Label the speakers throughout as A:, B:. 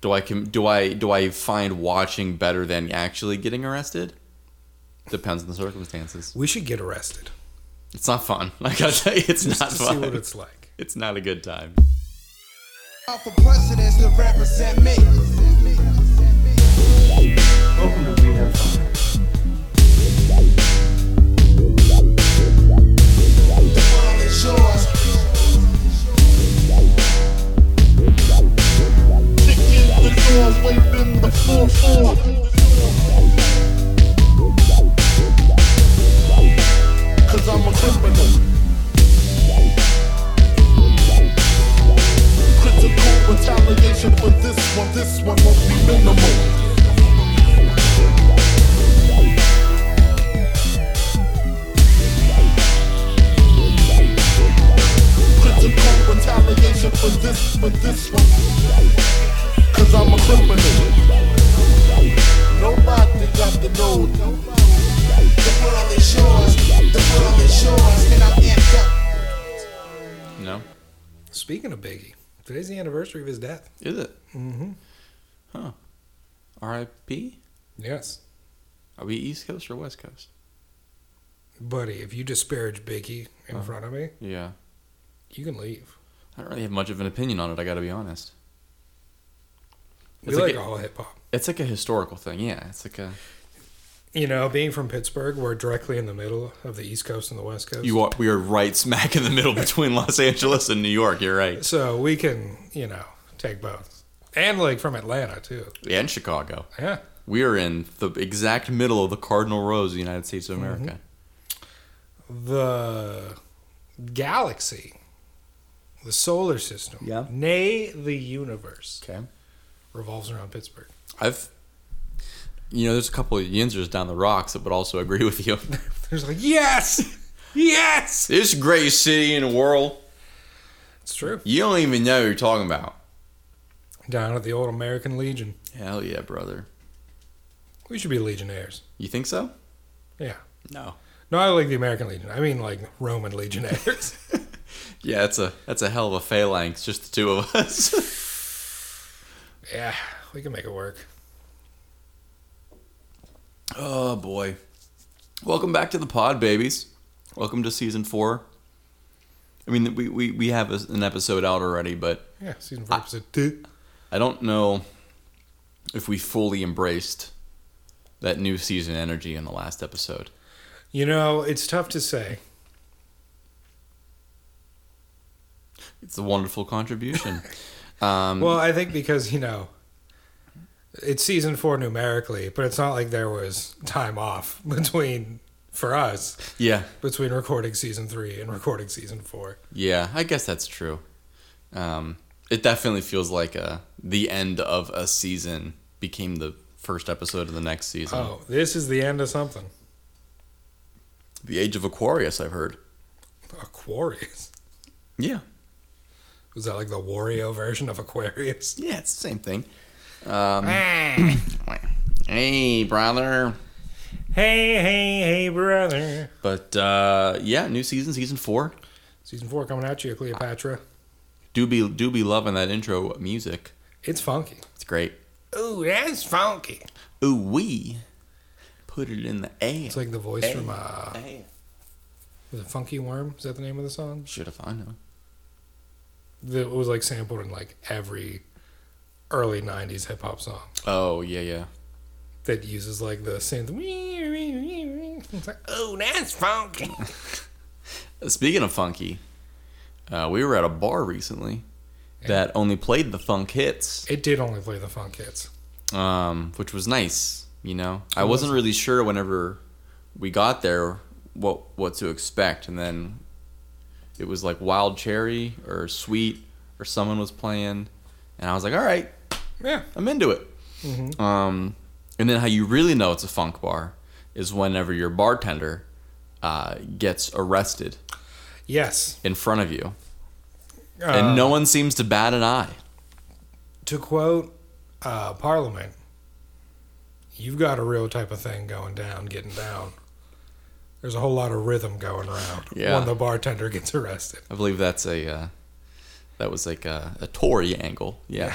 A: Do I com- do I do I find watching better than actually getting arrested? Depends on the circumstances.
B: We should get arrested
A: It's not fun. I gotta tell you, it's
B: just
A: not
B: to see
A: fun.
B: what
A: it's-,
B: it's like.
A: not a good time.
C: Out for presidents to represent me.
D: Welcome to We Have Fun.
C: All is yours.
E: Cause I'm a criminal. Critical retaliation for this one. This one won't be minimal. Critical retaliation for this, for this one. Cause I'm a criminal. Nobody got to know.
C: The world is yours. The world is yours. And I'm amped up.
A: No,
B: Speaking of Biggie, today's the anniversary of his death.
A: is it? Mm-hmm. Huh. R.I.P.
B: Yes.
A: Are we East Coast or West Coast?
B: Buddy, if you disparage Biggie in front of me,
A: Yeah.
B: you can leave.
A: I don't really have much of an opinion on it. I gotta be honest.
B: We
A: It's
B: like
A: like a-
B: all hip hop.
A: It's like a historical thing. Yeah. It's like a
B: You know, being from Pittsburgh, we're directly in the middle of the East Coast and the West Coast.
A: you are. We are right smack in the middle between Los Angeles and New York. You're right.
B: So we can, you know, take both. And like from Atlanta too.
A: And Chicago.
B: Yeah.
A: We are in the exact middle of the cardinal rows of the United States of America.
B: The galaxy, the solar system,
A: Yeah.
B: nay the universe
A: Mm-hmm. Okay.
B: revolves around Pittsburgh.
A: I've, you know, there's a couple of yinzers down the rocks that would also agree with you.
B: There's like, yes! Yes!
A: this great city in the world,
B: It's true.
A: you don't even know what you're talking about.
B: Down at the old American Legion.
A: Hell yeah, brother.
B: We should be Legionnaires.
A: You think so?
B: Yeah.
A: No.
B: No, I like the American Legion. I mean like Roman Legionnaires.
A: Yeah, that's a that's a hell of a phalanx, just the two of us.
B: yeah, we can make it work.
A: oh boy. Welcome back to the pod, babies. Welcome to season four. I mean, we we, we have a- an episode out already, but
B: Yeah, season four, episode two.
A: I don't know if we fully embraced that new season energy in the last episode.
B: You know, it's tough to say.
A: It's a wonderful contribution. um,
B: Well, I think because you know, it's season four numerically, but it's not like there was time off between for us
A: yeah,
B: between recording season three and recording season four.
A: yeah, I guess that's true. Um, it definitely feels like a, the end of a season became the first episode of the next season.
B: Oh, this is the end of something.
A: The Age of Aquarius, I've heard.
B: Aquarius
A: Yeah,
B: was that like the Wario version of Aquarius?
A: yeah, it's the same thing. Um, hey, brother.
B: Hey, hey, hey, brother!
A: But uh, yeah, new season, season four.
B: Season four coming at you, Cleopatra.
A: Do be do be loving that intro music.
B: It's funky.
A: It's great.
B: Ooh, that's funky.
A: Ooh we put it in the air.
B: It's like the voice from uh, the Funky Worm. Is that the name of the song?
A: Should have I known.
B: that was like sampled in like every early 90s hip hop song
A: Oh yeah, yeah.
B: that uses like the synth. It's like, oh, that's funky.
A: Speaking of funky, uh, we were at a bar recently that only played the funk hits,
B: It did only play the funk hits.
A: um, which was nice. You know, I wasn't really sure whenever we got there what what to expect, and then it was like Wild Cherry or Sweet or someone was playing, and I was like, all right,
B: Yeah.
A: I'm into it. Um, and then how you really know it's a funk bar is whenever your bartender uh, gets arrested
B: Yes.
A: in front of you,
B: Uh,
A: and no one seems to bat an eye.
B: to quote uh, Parliament, you've got a real type of thing going down, getting down. There's a whole lot of rhythm going around
A: Yeah.
B: when the bartender gets arrested.
A: I believe that's a uh, that was like a, a Tory angle. Yeah,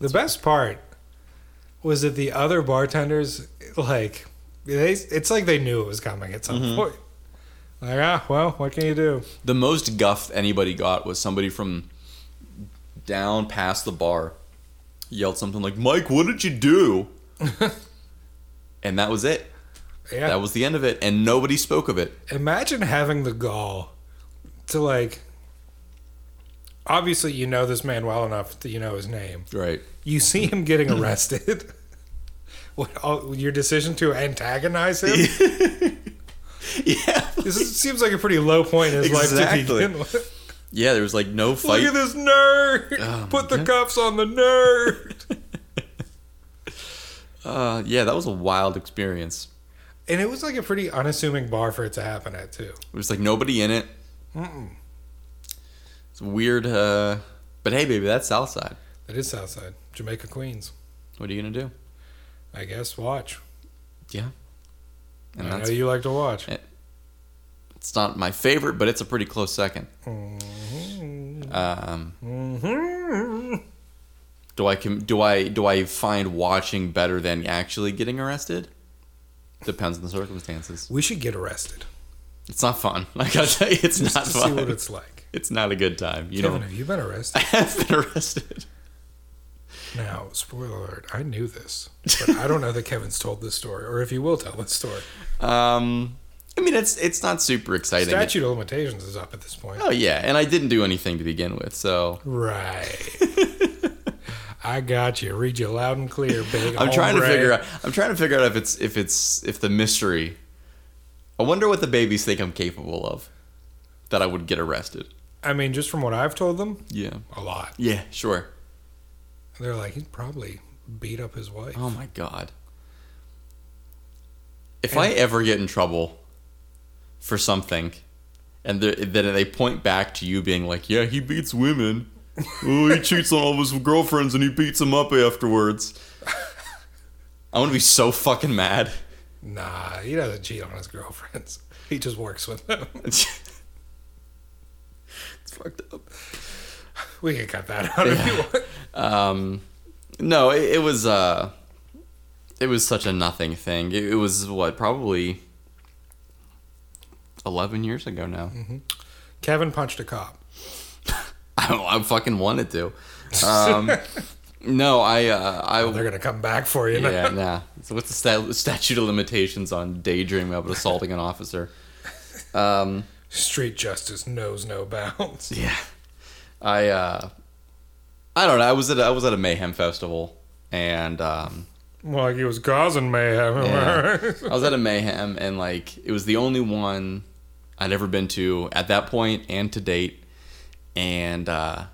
B: The best part was that the other bartenders, like, they, it's like they knew it was coming at
A: Mm-hmm.
B: some point. Like, ah, well, what can you do?
A: The most guff anybody got was somebody from down past the bar yelled something like, Mike, what did you do? and that was it.
B: Yeah.
A: That was the end of it. And nobody spoke of it.
B: Imagine having the gall to, like, obviously, you know this man well enough that you know his name.
A: Right.
B: You see him getting arrested. What, all, your decision to antagonize him?
A: Yeah.
B: This is, seems like a pretty low point in his life to
A: Exactly.
B: begin with.
A: Yeah, there was like no fight.
B: Look at this nerd.
A: Oh,
B: Put the
A: yeah.
B: cuffs on the nerd.
A: Uh, yeah, that was a wild experience.
B: and it was like a pretty unassuming bar for it to happen at too.
A: There was like nobody in it. It's weird. Uh, but hey, baby, that's Southside.
B: That is Southside, Jamaica, Queens.
A: What are you going to do?
B: I guess watch.
A: Yeah. And
B: I know
A: that's,
B: you like to watch.
A: it's not my favorite, but it's a pretty close second. Um, do I com- do I do I find watching better than actually getting arrested? Depends on the circumstances.
B: We should get arrested
A: It's not fun. Like I tell you, it's not
B: to
A: fun.
B: see what it's like.
A: It's not a good time. You
B: Kevin,
A: know,
B: have you been arrested?
A: I have been arrested.
B: now, spoiler alert: I knew this, but I don't know that Kevin's told this story, or if he will tell this story.
A: Um, I mean, it's it's not super exciting.
B: Statute of limitations is up at this point,
A: Oh yeah, and I didn't do anything to begin with, so
B: right? I got you. Read you loud and clear, big.
A: I'm trying to
B: hombre.
A: figure out. I'm trying to figure out if it's if it's if the mystery. I wonder what the babies think I'm capable of, that I would get arrested.
B: I mean, just from what I've told them,
A: Yeah.
B: a lot.
A: Yeah. Sure.
B: They're like, he probably beat up his wife.
A: Oh my god. If I ever get in trouble for something, and the- then they point back to you being like, "Yeah, he beats women. Oh, he cheats on all of his girlfriends, and he beats them up afterwards." I'm gonna be so fucking mad.
B: Nah, he doesn't cheat on his girlfriends. He just works with them.
A: it's fucked up.
B: We can cut that out if you want.
A: Um, no, it, it was uh, it was such a nothing thing. It, it was what probably eleven years ago now.
B: Kevin punched a cop.
A: I, I fucking wanted to. Um, no, I uh, I
B: They're gonna come back for you.
A: yeah nah. So what's the sta- statute of limitations on daydreaming about assaulting an officer? Um,
B: Street justice knows no bounds.
A: Yeah. I uh I don't know. I was at a, I was at a Mayhem festival and um
B: Well, like he was causing mayhem. am I
A: yeah.
B: right?
A: I was at a Mayhem and like it was the only one I'd ever been to at that point and to date and uh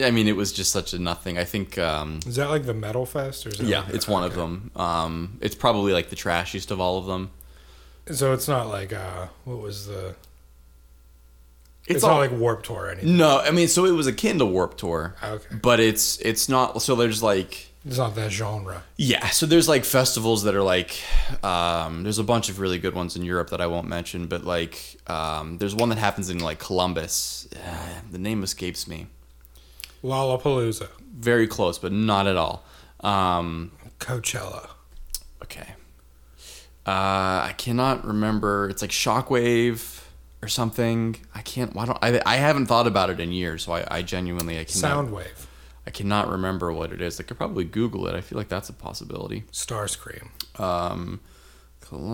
A: I mean it was just such a nothing. I think um
B: Is that like the metal fest or? Is that
A: yeah,
B: like-
A: it's one of them. Um it's probably like the trashiest of all of them.
B: So it's not like uh, what was the?
A: It's,
B: It's,
A: all
B: not like Warp Tour or anything. Ah,
A: No, I mean so it was akin to Warp Tour.
B: Okay.
A: But it's it's not so there's like
B: It's not that genre.
A: Yeah, so there's like festivals that are like, um, there's a bunch of really good ones in Europe that I won't mention, but like, um, there's one that happens in like Columbus. Uh, the name escapes me.
B: Lollapalooza,
A: Very close, but not at all. Um,
B: Coachella.
A: okay. Uh, I cannot remember. It's like Shockwave or something. I can't. Why don't I? I haven't thought about it in years, so I, I genuinely I cannot.
B: Soundwave,
A: I cannot remember what it is. I could probably Google it. I feel like that's a possibility.
B: Starscream,
A: um,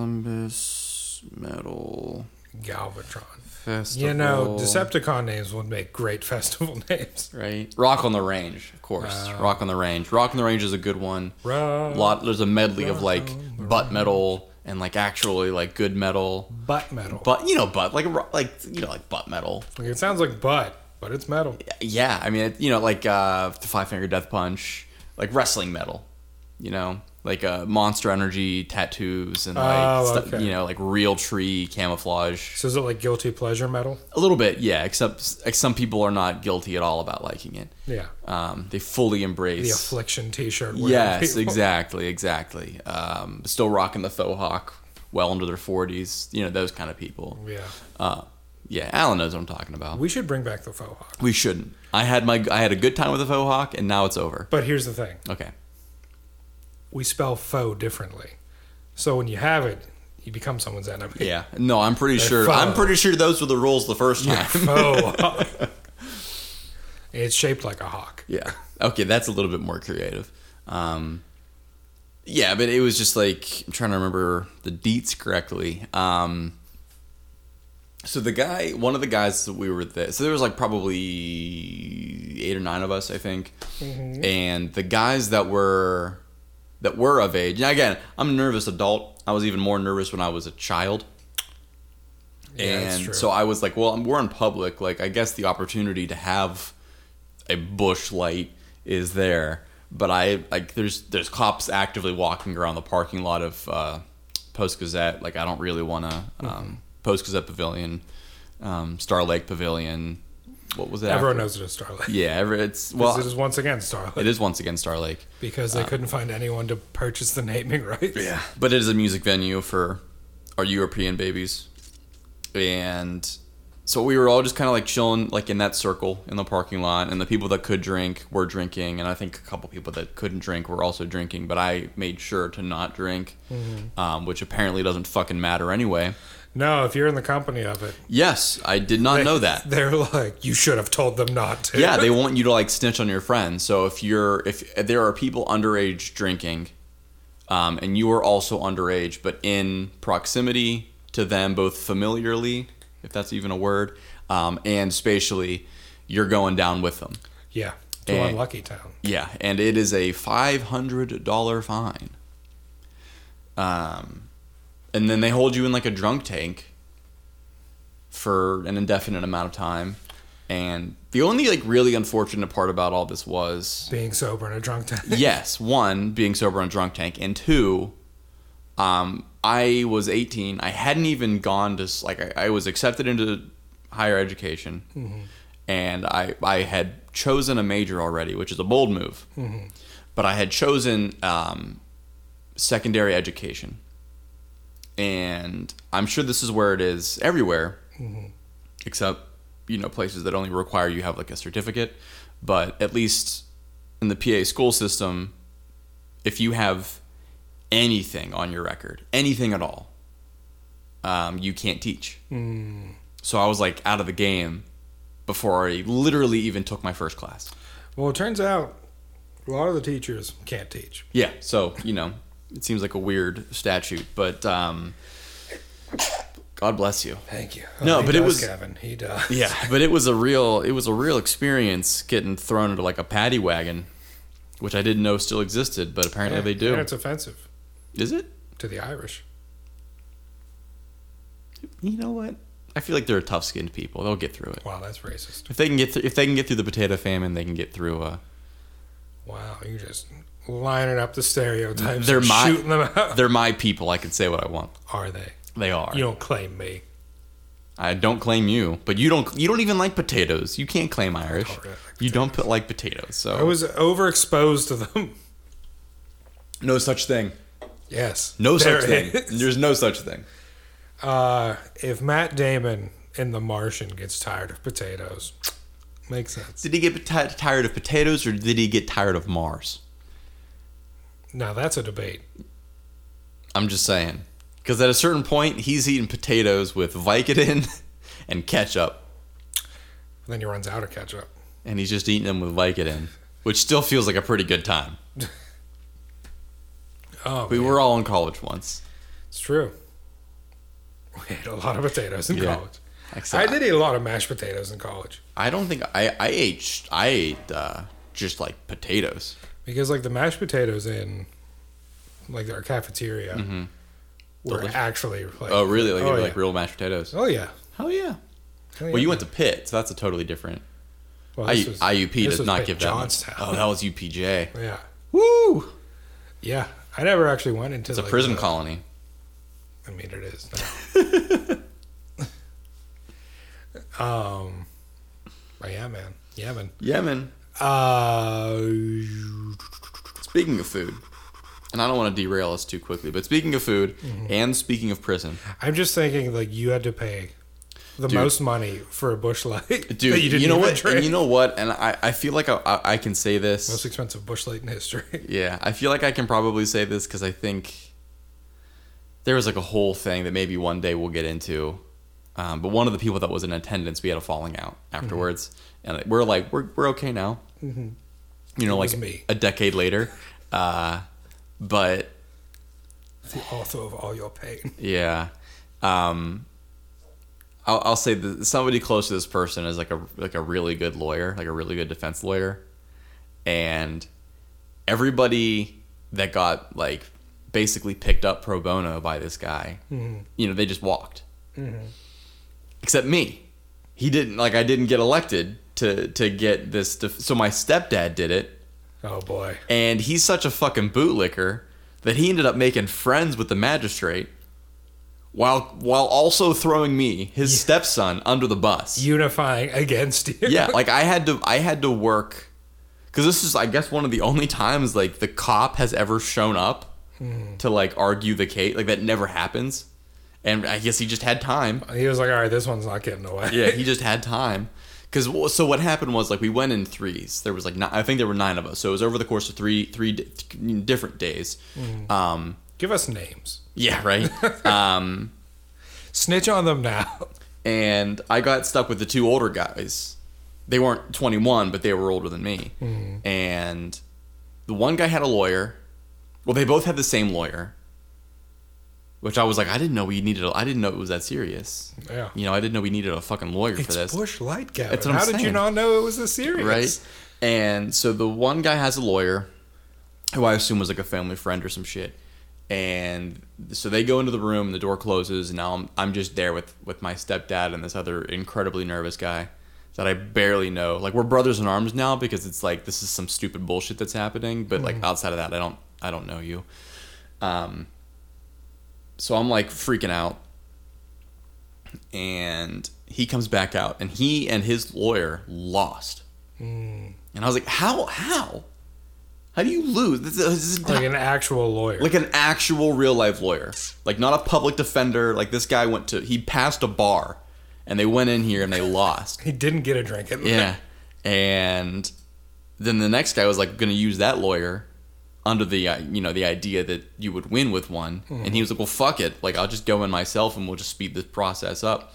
A: Columbus Metal
B: Galvatron.
A: Festival.
B: You know, Decepticon names would make great festival names.
A: Right, Rock on the Range, of course. Rock on the Range. Rock on the Range is a good one.
B: Rock
A: Lot. There's a medley of like
B: on the
A: butt metal and like actually like good metal.
B: Butt metal.
A: But you know, butt like ro- like you know like butt metal.
B: Like, it sounds like butt, but it's metal.
A: Yeah, I mean it, you know like uh, the Five Finger Death Punch, like wrestling metal. You know, like uh, Monster Energy tattoos and like
B: Oh,
A: stuff-
B: okay.
A: you know like real tree camouflage.
B: So is it like guilty pleasure metal?
A: A little bit, yeah. Except, ex some people are not guilty at all about liking it.
B: Yeah.
A: Um, they fully
B: The
A: embrace.
B: affliction T-shirt. wearing
A: yes,
B: people.
A: exactly, exactly. Um, still rocking the faux hawk, well into their forties. You know those kind of people.
B: Oh, Yeah.
A: Uh, yeah, Alan knows what I'm talking about. We,
B: We should bring back the faux hawk.
A: shouldn't. I had my I had a good time with the faux hawk, and now it's over.
B: But here's the thing
A: Okay.
B: we spell faux differently. So when you have it, you become someone's enemy.
A: Yeah. No, I'm pretty
B: They're
A: sure.
B: faux.
A: I'm pretty sure those were the rules the first time.
B: Faux
A: Oh.
B: hawk. it's shaped like a hawk.
A: Yeah. Okay, that's a little bit more creative. Um, yeah, but it was just like I'm trying to remember the deets correctly. Um, so the guy, one of the guys that we were there, so there was like probably eight or nine of us, I think,
B: Mm-hmm.
A: and the guys that were that were of age. Now again, I'm a nervous adult. I was even more nervous when I was a child
B: Yeah, that's true.
A: and so I was like, well, we're in public. Like, I guess the opportunity to have a bush light is there, but I like there's there's cops actively walking around the parking lot of uh, Post Gazette. Like, I don't really want to
B: Mm-hmm.
A: um, Post Gazette Pavilion, um, Star Lake Pavilion. What was that?
B: Everyone knows it is Starlight.
A: Yeah, every, it's well,
B: it is once again Starlight
A: it is once again Star Lake.
B: because they couldn't find anyone to purchase the naming rights.
A: Yeah. But it is a music venue for our European babies. And so we were all just kind of like chilling, like in that circle in the parking lot. And the people that could drink were drinking. And I think a couple people that couldn't drink were also drinking. But I made sure to not drink, um, which apparently doesn't fucking matter anyway.
B: No, if you're in the company of it,
A: Yes, I did not know that.
B: they're like, you should have told them not to.
A: yeah, they want you to like snitch on your friends. So if you're if there are people underage drinking, um, and you are also underage, but in proximity to them, both familiarly, if that's even a word, um, and spatially, you're going down with them.
B: yeah, to
A: Eh.
B: unlucky town.
A: Yeah, and it is a five hundred dollar fine. Um, and then they hold you in like a drunk tank for an indefinite amount of time. And the only like really unfortunate part about all this was
B: Being sober in a drunk town.
A: yes, one being sober on a drunk tank, and two, um, I was 18. I hadn't even gone to s- like I, I was accepted into higher education, and I I had chosen a major already, which is a bold move, but I had chosen um, secondary education, and I'm sure this is where it is everywhere, except you know places that only require you have like a certificate, but at least in the PA school system, if you have anything on your record, anything at all, um, you can't teach. So I was like out of the game before I literally even took my first class.
B: Well, it turns out a lot of the teachers can't teach.
A: Yeah. So, you know, it seems like a weird statute, but um, God bless you.
B: Thank you.
A: No,
B: Oh, he
A: but it
B: does,
A: was-
B: Kevin. He does.
A: Yeah, but it was a real it was a real experience getting thrown into like a paddy wagon, which I didn't know still existed, but apparently they do.
B: And it's offensive
A: Is it?
B: to the Irish.
A: you know what? I feel like they're tough-skinned people. They'll get through it.
B: Wow, that's racist.
A: If they can get through, if they can get through the potato famine, they can get through. Uh,
B: Wow, you're just lining up the stereotypes.
A: they're
B: and
A: my
B: shooting them out.
A: they're my people. I can say what I want.
B: Are they?
A: They are.
B: You don't claim me.
A: I don't claim you, but you don't you don't even like potatoes. You can't claim Irish.
B: really Oh, like
A: you don't put like potatoes. So
B: I was overexposed to them.
A: no such thing.
B: yes.
A: No
B: there
A: such thing.
B: is.
A: There's no such thing.
B: Uh, if Matt Damon in The Martian gets tired of potatoes, makes sense.
A: Did he get ti tired of potatoes or did he get tired of Mars?
B: Now that's a debate.
A: I'm just saying. Because at a certain point, he's eating potatoes with Vicodin and ketchup.
B: Then he runs out of ketchup.
A: and he's just eating them with Vicodin, which still feels like a pretty good time.
B: Oh,
A: We were all in college once.
B: it's true. We ate a lot of potatoes in
A: Yeah.
B: college.
A: Except
B: I did eat a lot of mashed potatoes in college
A: I don't think I I ate sh- I ate uh, just like potatoes.
B: because, like, the mashed potatoes in like our cafeteria were
A: Mm-hmm. Delicious.
B: actually like,
A: Oh really? Like, they
B: oh,
A: were,
B: yeah.
A: like real mashed potatoes?
B: oh yeah.
A: Hell yeah!
B: Hell,
A: Well,
B: yeah.
A: you went to Pitt, so that's a totally different.
B: Well,
A: I,
B: this was-
A: IUP
B: this
A: does
B: was
A: not
B: Big
A: give that. much.
B: Johnstown.
A: Oh, that was UPJ.
B: yeah,
A: Woo!
B: yeah. I never actually went into
A: It's a prison colony.
B: I mean, it is. now. um, but yeah, man, yeah, man.
A: Yeah, man.
B: Uh,
A: Speaking of food, and I don't want to derail us
B: Mm-hmm.
A: too quickly, but speaking of food and speaking of prison,
B: I'm just thinking like you had to pay the
A: Dude.
B: most money for a bush light. that
A: dude. You,
B: didn't
A: know
B: even
A: what?
B: drink.
A: And you know what? And I, I feel like I, I, I can say this.
B: most expensive bush light in history.
A: Yeah, I feel like I can probably say this because I think there was like a whole thing that maybe one day we'll get into. Um, but one of the people that was in attendance, we had a falling out afterwards,
B: Mm-hmm.
A: and we're like, we're we're okay now. You know,
B: was
A: like
B: me.
A: a decade later. Uh, but
B: the author of all your pain.
A: yeah, um, I'll, I'll say that somebody close to this person is like a like a really good lawyer, like a really good defense lawyer, and everybody that got like basically picked up pro bono by this guy, you know, they just walked, except me. He didn't like I didn't get elected to to get this. Def- so my stepdad did it,
B: Oh boy.
A: and he's such a fucking bootlicker that he ended up making friends with the magistrate while while also throwing me his stepson under the bus
B: Unifying against you.
A: yeah like i had to i had to work because this is i guess one of the only times like the cop has ever shown up to like argue the case like that never happens and i guess he just had time
B: He was like, all right, this one's not getting away.
A: yeah, he just had time. Because so what happened was like we went in threes. There was like nine, I think there were nine of us. So it was over the course of three three di- th- different days.
B: Mm.
A: Um,
B: Give us names.
A: yeah, right. um,
B: Snitch on them now.
A: and I got stuck with the two older guys. They weren't 21, but they were older than me.
B: Mm.
A: And the one guy had a lawyer. Well, they both had the same lawyer, which I was like, I didn't know we needed. A, I didn't know it was that serious.
B: Yeah.
A: You know, I didn't know we needed a fucking lawyer for
B: It's
A: this.
B: Bush Light, Gavin.
A: That's what I'm
B: How did you
A: saying.
B: not know it was a series?
A: right? And so the one guy has a lawyer, who I assume was like a family friend or some shit. And so they go into the room, and the door closes, and now I'm I'm just there with with my stepdad and this other incredibly nervous guy that I barely know. Like we're brothers in arms now because it's like this is some stupid bullshit that's happening, but like outside of that, I don't I don't know you. Um. So I'm like freaking out and he comes back out and he and his lawyer lost and i was like how how how do you lose this is, this is-
B: Like an actual lawyer.
A: like an actual real life lawyer like not a public defender like this guy went to he passed a bar and they went in here and they lost
B: he didn't get a drink in there.
A: yeah. And then the next guy was like going to use that lawyer under the uh, you know the idea that you would win with one, and he was like, "Well, fuck it. Like I'll just go in myself, and we'll just speed this process up."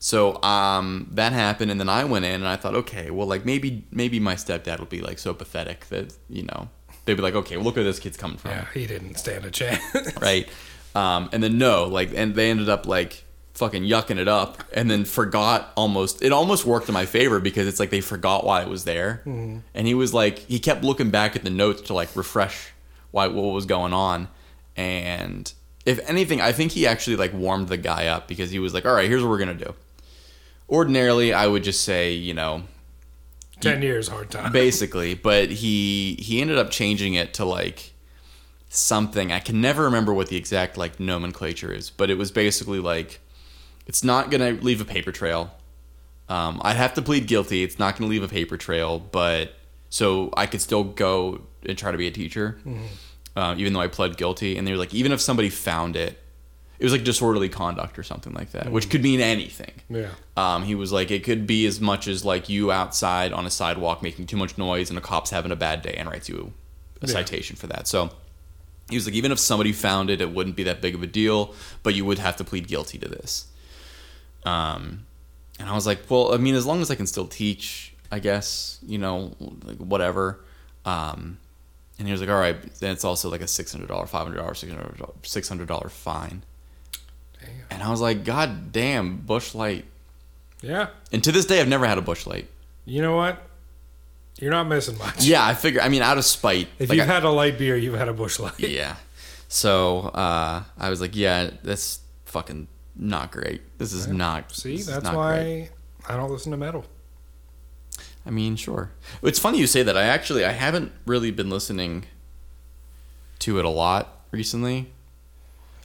A: So um, that happened, and then I went in, and I thought, okay, well, like maybe maybe my stepdad will be like so pathetic that you know they'd be like, okay, look where this kid's coming from
B: Yeah, he didn't stand a chance.
A: right? Um, and then no, like, and they ended up like fucking yucking it up, and then forgot almost. It almost worked in my favor because it's like they forgot why it was there, and he was like, he kept looking back at the notes to like refresh why what was going on, and if anything, I think he actually like warmed the guy up because he was like, all right, here's what we're gonna do. Ordinarily, I would just say, you know,
B: Ten years, hard time.
A: basically but he he ended up changing it to like something i can never remember what the exact like nomenclature is but it was basically like it's not gonna leave a paper trail um, i'd have to plead guilty it's not gonna leave a paper trail but so i could still go and try to be a teacher uh, even though i pled guilty and they were like even if somebody found it it was like disorderly conduct or something like that which could mean anything
B: yeah.
A: um, he was like, it could be as much as like you outside on a sidewalk making too much noise and a cop's having a bad day and writes you a
B: Yeah.
A: citation for that. So he was like, even if somebody found it, it wouldn't be that big of a deal, but you would have to plead guilty to this. Um, and I was like, well, I mean, as long as I can still teach, I guess, you know, like whatever. Um, and he was like, all right, then it's also like a $600, $500, $600, $600 fine.
B: Damn.
A: And I was like, God damn, Bush Light.
B: Yeah.
A: And to this day, I've never had a bush light.
B: You know what? You're not missing much.
A: Yeah, I figure. I mean, out of spite.
B: If
A: like,
B: you've
A: I-
B: had a light beer, you've had a bush light.
A: yeah. So uh, I was like, yeah, that's fucking not great. This is not.
B: See,
A: this is
B: that's
A: not
B: why
A: great.
B: I don't listen to metal.
A: I mean, sure. It's funny you say that. I actually I haven't really been listening to it a lot recently.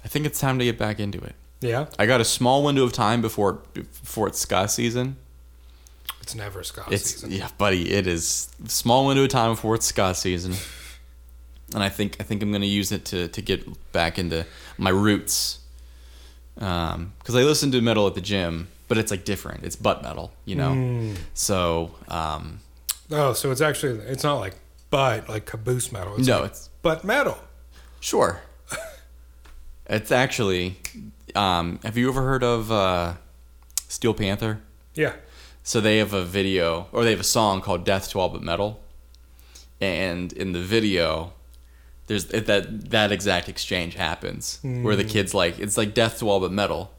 A: I think it's time to get back into it.
B: Yeah,
A: I got a small window of time before before it's ska season.
B: it's never ska
A: It's
B: season.
A: yeah, buddy. It is small window of time before it's Scott season, and I think I think I'm gonna use it to to get back into my roots. Um, because I listen to metal at the gym, but it's like different. It's butt metal, you know. So um,
B: Oh, so it's actually it's not like butt like caboose metal. It's
A: No,
B: like
A: it's-
B: butt metal.
A: sure, it's actually. Um, have you ever heard of uh, Steel Panther?
B: Yeah.
A: So they have a video, or they have a song called "Death to All But Metal," and in the video, there's it- that that exact exchange happens where the kid's like, "It's like death to all but metal,"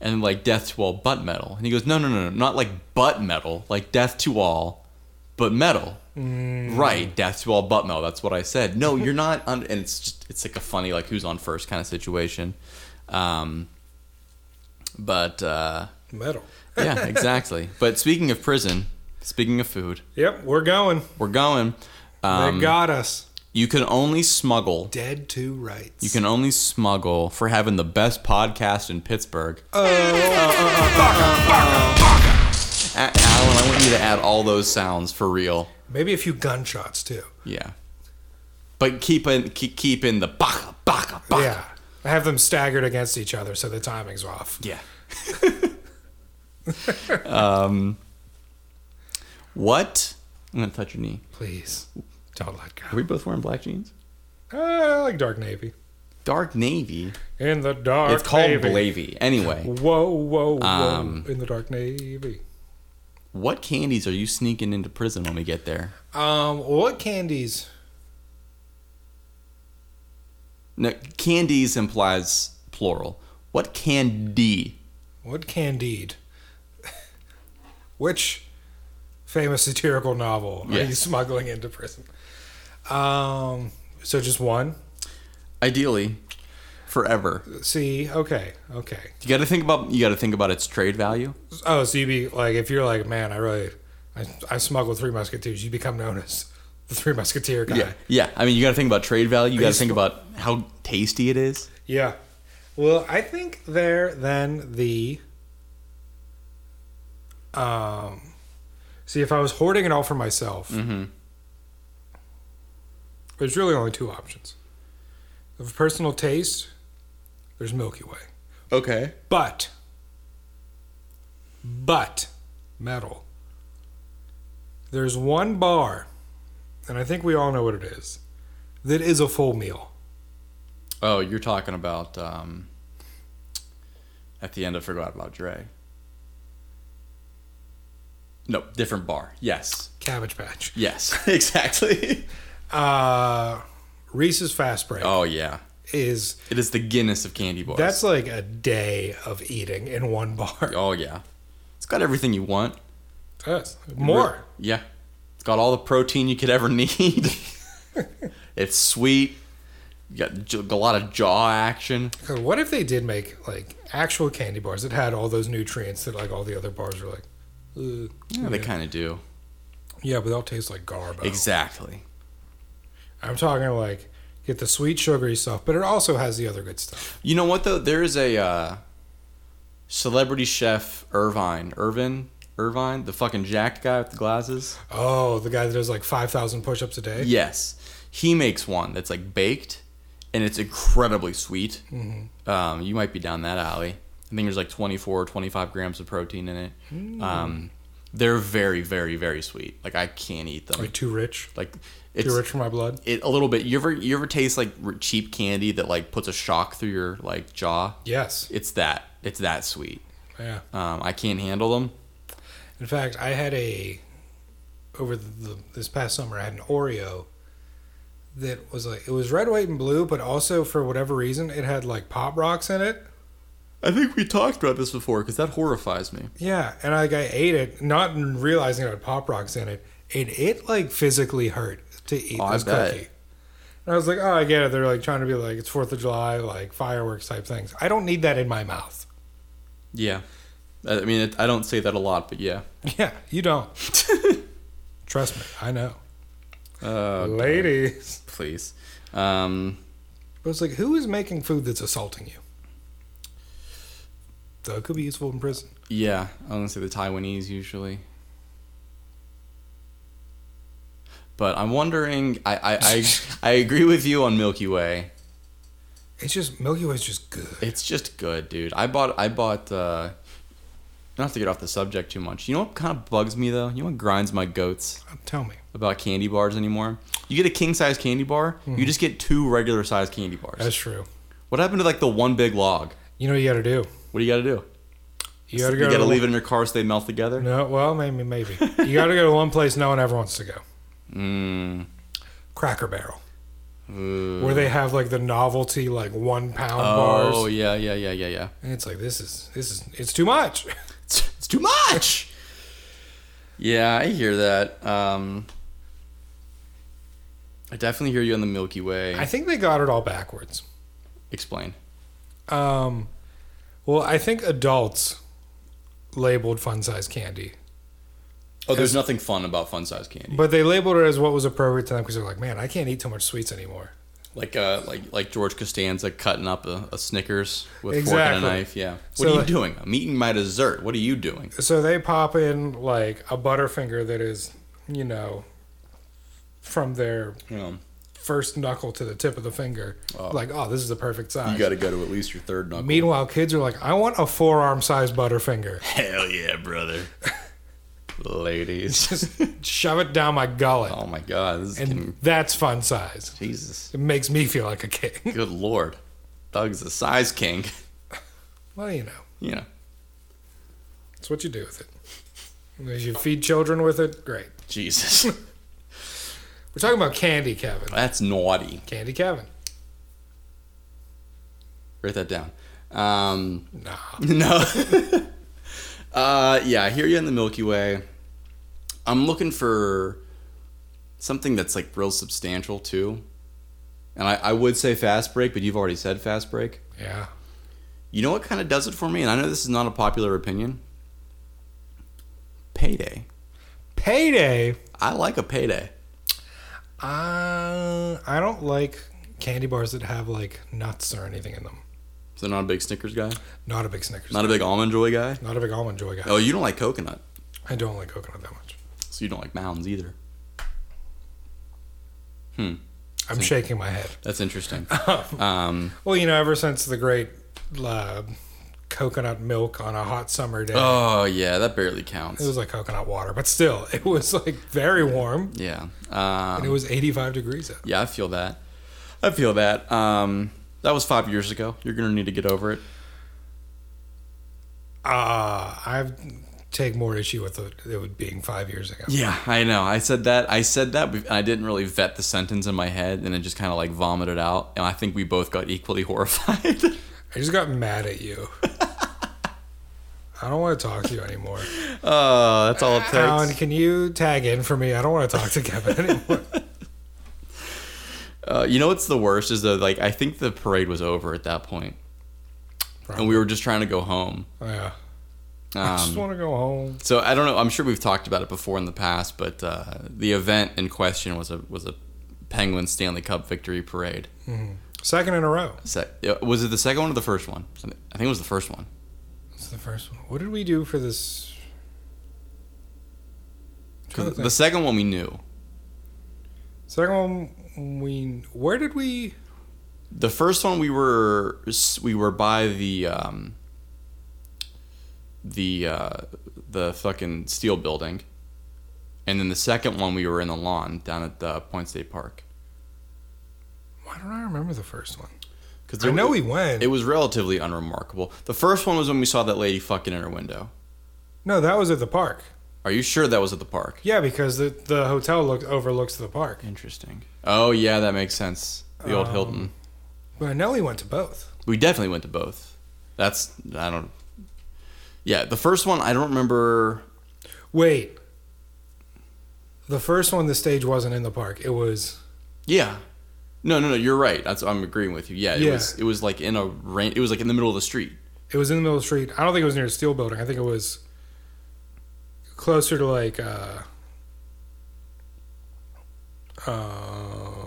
A: and like death to all but metal, and he goes, "No, no, no, no not like but metal, like death to all, but metal." Right, death to all but metal. That's what I said. No, you're not. On, and it's just it's like a funny like who's on first kind of situation, um, but. uh
B: Metal.
A: yeah, exactly. But speaking of prison, speaking of food,
B: Yep, we're going.
A: we're going. Um,
B: they got us.
A: you can only smuggle.
B: Dead to rights.
A: You can only smuggle for having the best podcast in Pittsburgh. Uh, uh, A- Alan, I want you to add all those sounds for real.
B: Maybe a few gunshots too.
A: Yeah, but keep in keep, keep in the baka baka baka.
B: Yeah. I have them staggered against each other so the timing's off.
A: Yeah. um, what? I'm gonna touch your knee.
B: Please. Don't let
A: Are
B: go.
A: we both wearing black jeans?
B: Uh, I like dark navy.
A: Dark navy.
B: In the dark
A: it's called
B: navy.
A: Blavy. Anyway,
B: Whoa, whoa, whoa.
A: Um,
B: in the dark navy.
A: what candies are you sneaking into prison when we get there?
B: Um, what candies?
A: No, candies implies plural. What candy?
B: What candied? Which famous satirical novel are you
A: Yes.
B: smuggling into prison? Um, so just one.
A: Ideally, forever.
B: See, okay, okay.
A: You got to think about you got to think about its trade value.
B: Oh, so you be like, if you're like, man, I really, I, I smuggled Three Musketeers, you become known as the Three Musketeer guy.
A: Yeah, yeah. I mean, you got to think about trade value. You got to think about how tasty it is.
B: Yeah. Well, I think there then the um see if I was hoarding it all for myself. There's really only two options. Of personal taste, there's Milky Way.
A: Okay.
B: But but metal. There's one bar, and I think we all know what it is, that is a full meal.
A: Oh, you're talking about um, at the end. I forgot about Dre. No, different bar. Yes,
B: Cabbage patch.
A: yes, exactly.
B: uh Reese's Fast Break
A: Oh yeah,
B: is
A: it is the Guinness of candy bars.
B: that's like a day of eating in one bar.
A: oh yeah, it's got everything you want.
B: Yes. More.
A: Yeah, it's got all the protein you could ever need. it's sweet. You got j- a lot of jaw action.
B: 'Cause What if they did make like actual candy bars that had all those nutrients that like all the other bars are like "Ugh."
A: Yeah, They kind of do.
B: yeah, but they'll taste like garbo.
A: Exactly.
B: I'm talking like get the sweet sugary stuff, but it also has the other good stuff.
A: You know what though? There is a uh, celebrity chef Irvine, Irvin, Irvine, the fucking jacked guy with the glasses.
B: Oh, the guy that does like 5,000 push-ups a day.
A: Yes, he makes one that's like baked, and it's incredibly sweet. Um, you might be down that alley. I think there's like 24 or 25 grams of protein in it. Um, they're very, very, very sweet. Like I can't eat them.
B: Like too rich.
A: Like it's
B: Too rich for my blood.
A: it a little bit. You ever you ever taste like r- cheap candy that like puts a shock through your like jaw?
B: Yes.
A: It's that. It's that sweet.
B: Yeah.
A: Um, I can't handle them.
B: In fact, I had a over the, this past summer. I had an Oreo that was like it was red, white, and blue, but also for whatever reason, it had like pop rocks in it.
A: I think we talked about this before because that horrifies me.
B: Yeah, and like I ate it, not realizing it had pop rocks in it, and it like physically hurt to eat
A: Oh, I
B: this
A: bet.
B: cookie. And I was like, oh, I get it. They're like trying to be like it's Fourth of July, like fireworks type things. I don't need that in my mouth.
A: Yeah, I I mean it, I don't say that a lot, but yeah.
B: Yeah, you don't. Trust me, I know,
A: Oh,
B: ladies.
A: please. Um,
B: But it's like, who is making food that's assaulting you? Though it could be useful in prison.
A: yeah, I'm gonna say the Taiwanese usually. But I'm wondering. I I, I I agree with you on Milky Way.
B: It's just Milky Way's just good.
A: It's just good, dude. I bought I bought uh, not to get off the subject too much. You know what kind of bugs me though? You know what grinds my goats
B: Tell me.
A: about candy bars anymore? You get a king size candy bar, you just get two regular sized candy bars.
B: Mm-hmm. That's true.
A: what happened to like the one big log?
B: You know what you got to do.
A: What do you got to do?
B: You got to
A: you
B: go.
A: gotta
B: to
A: leave it in your car so they melt together.
B: No, well, maybe, maybe. You got to go to one place no one ever wants to go.
A: Mm.
B: Cracker Barrel,
A: Ooh.
B: where they have like the novelty, like one pound
A: Oh
B: bars,
A: yeah, yeah, yeah, yeah, yeah.
B: and it's like this is this is it's too much.
A: It's, it's too much. yeah, I hear that. Um, I definitely hear you on the Milky Way.
B: I think they got it all backwards.
A: Explain.
B: Um, well, I think adults labeled fun size candy,
A: Oh, there's nothing fun about fun size candy.
B: but they labeled it as what was appropriate to them because they're like, man, I can't eat too much sweets anymore.
A: like uh, like like George Costanza cutting up a, a Snickers with fork and
B: Exactly.
A: a knife. Yeah. What
B: So,
A: are you
B: like-
A: doing? I'm eating my dessert. What are you doing?
B: So they pop in like a Butterfinger that is, you know, from their
A: Um,
B: first knuckle to the tip of the finger.
A: Oh.
B: Like, oh, this is the perfect size.
A: you got to go to at least your third knuckle.
B: Meanwhile, kids are like, I want a forearm size Butterfinger.
A: Hell yeah, brother. Ladies.
B: Just shove it down my gullet.
A: oh my God. This is
B: and
A: getting,
B: that's fun size.
A: Jesus.
B: It makes me feel like a king.
A: Good lord. Doug's a size king.
B: well, you know,
A: you know.
B: it's what you do with it. If you feed children with it, great.
A: Jesus.
B: We're talking about candy, Kevin.
A: That's naughty.
B: Candy, Kevin.
A: Write that down. Um,
B: Nah.
A: no. uh, yeah, I hear you in the Milky Way. I'm looking for something that's like real substantial too. And I, I would say fast break, but you've already said fast break.
B: Yeah.
A: You know what kind of does it for me? And I know this is not a popular opinion. Payday.
B: Payday.
A: I like a payday.
B: Uh, I don't like candy bars that have like nuts or anything in them.
A: So not a big Snickers guy,
B: Not a big Snickers.
A: not a big almond joy guy.
B: Not a big almond joy guy.
A: Oh, you don't like coconut,
B: I don't like coconut that much.
A: so you don't like mounds either.
B: I'm shaking my head.
A: That's interesting. um,
B: Well, you know, ever since the great uh, coconut milk on a hot summer day,
A: oh yeah, that barely
B: it
A: counts.
B: was like coconut water, but still, it was like very warm,
A: Yeah. Um,
B: and it was 85 degrees out.
A: Yeah, I feel that. I feel that. Um, that was five years ago. You're gonna need to get over it.
B: Ah, I take more issue with it, it being five years ago.
A: Yeah, I know. I said that. I said that, and I didn't really vet the sentence in my head, and it just kind of like vomited out. And I think we both got equally horrified.
B: I just got mad at you. I don't want to talk to you anymore.
A: oh, that's all it takes.
B: Alan, can you tag in for me? I don't want to talk to Kevin anymore.
A: Uh, you know what's the worst is though. Like I think the parade was over at that point, and we were just trying to go home.
B: yeah. I just
A: Um,
B: want to go home.
A: so I don't know. I'm sure we've talked about it before in the past, but uh, the event in question was a was a Penguin Stanley Cup victory parade.
B: Second in a row.
A: Sec- yeah, was it the second one or the first one? I think it was the first one.
B: That's the first one. What did we do for this?
A: 'Cause the second one we knew.
B: Second one, we where did we?
A: The first one we were we were by the um, the uh, the fucking steel building, and then the second one we were in the lawn down at uh, Point State Park.
B: Why don't I remember the first one?
A: Because
B: I know we went.
A: It was relatively unremarkable. The first one was when we saw that lady fucking in her window.
B: no, that was at the park.
A: Are you sure that was at the park?
B: Yeah, because the the hotel look overlooks the park.
A: Interesting. Oh yeah, that makes sense. The old Hilton.
B: But I know we went to both.
A: We definitely went to both. That's I don't. Yeah, the first one I don't remember.
B: Wait, the first one the stage wasn't in the park. It was
A: Yeah, no, no, no. You're right. That's I'm agreeing with you. Yeah, it
B: Yeah.
A: was. It was like in a rain. It was like in the middle of the street.
B: it was in the middle of the street. I don't think it was near the steel building. I think it was closer to like uh um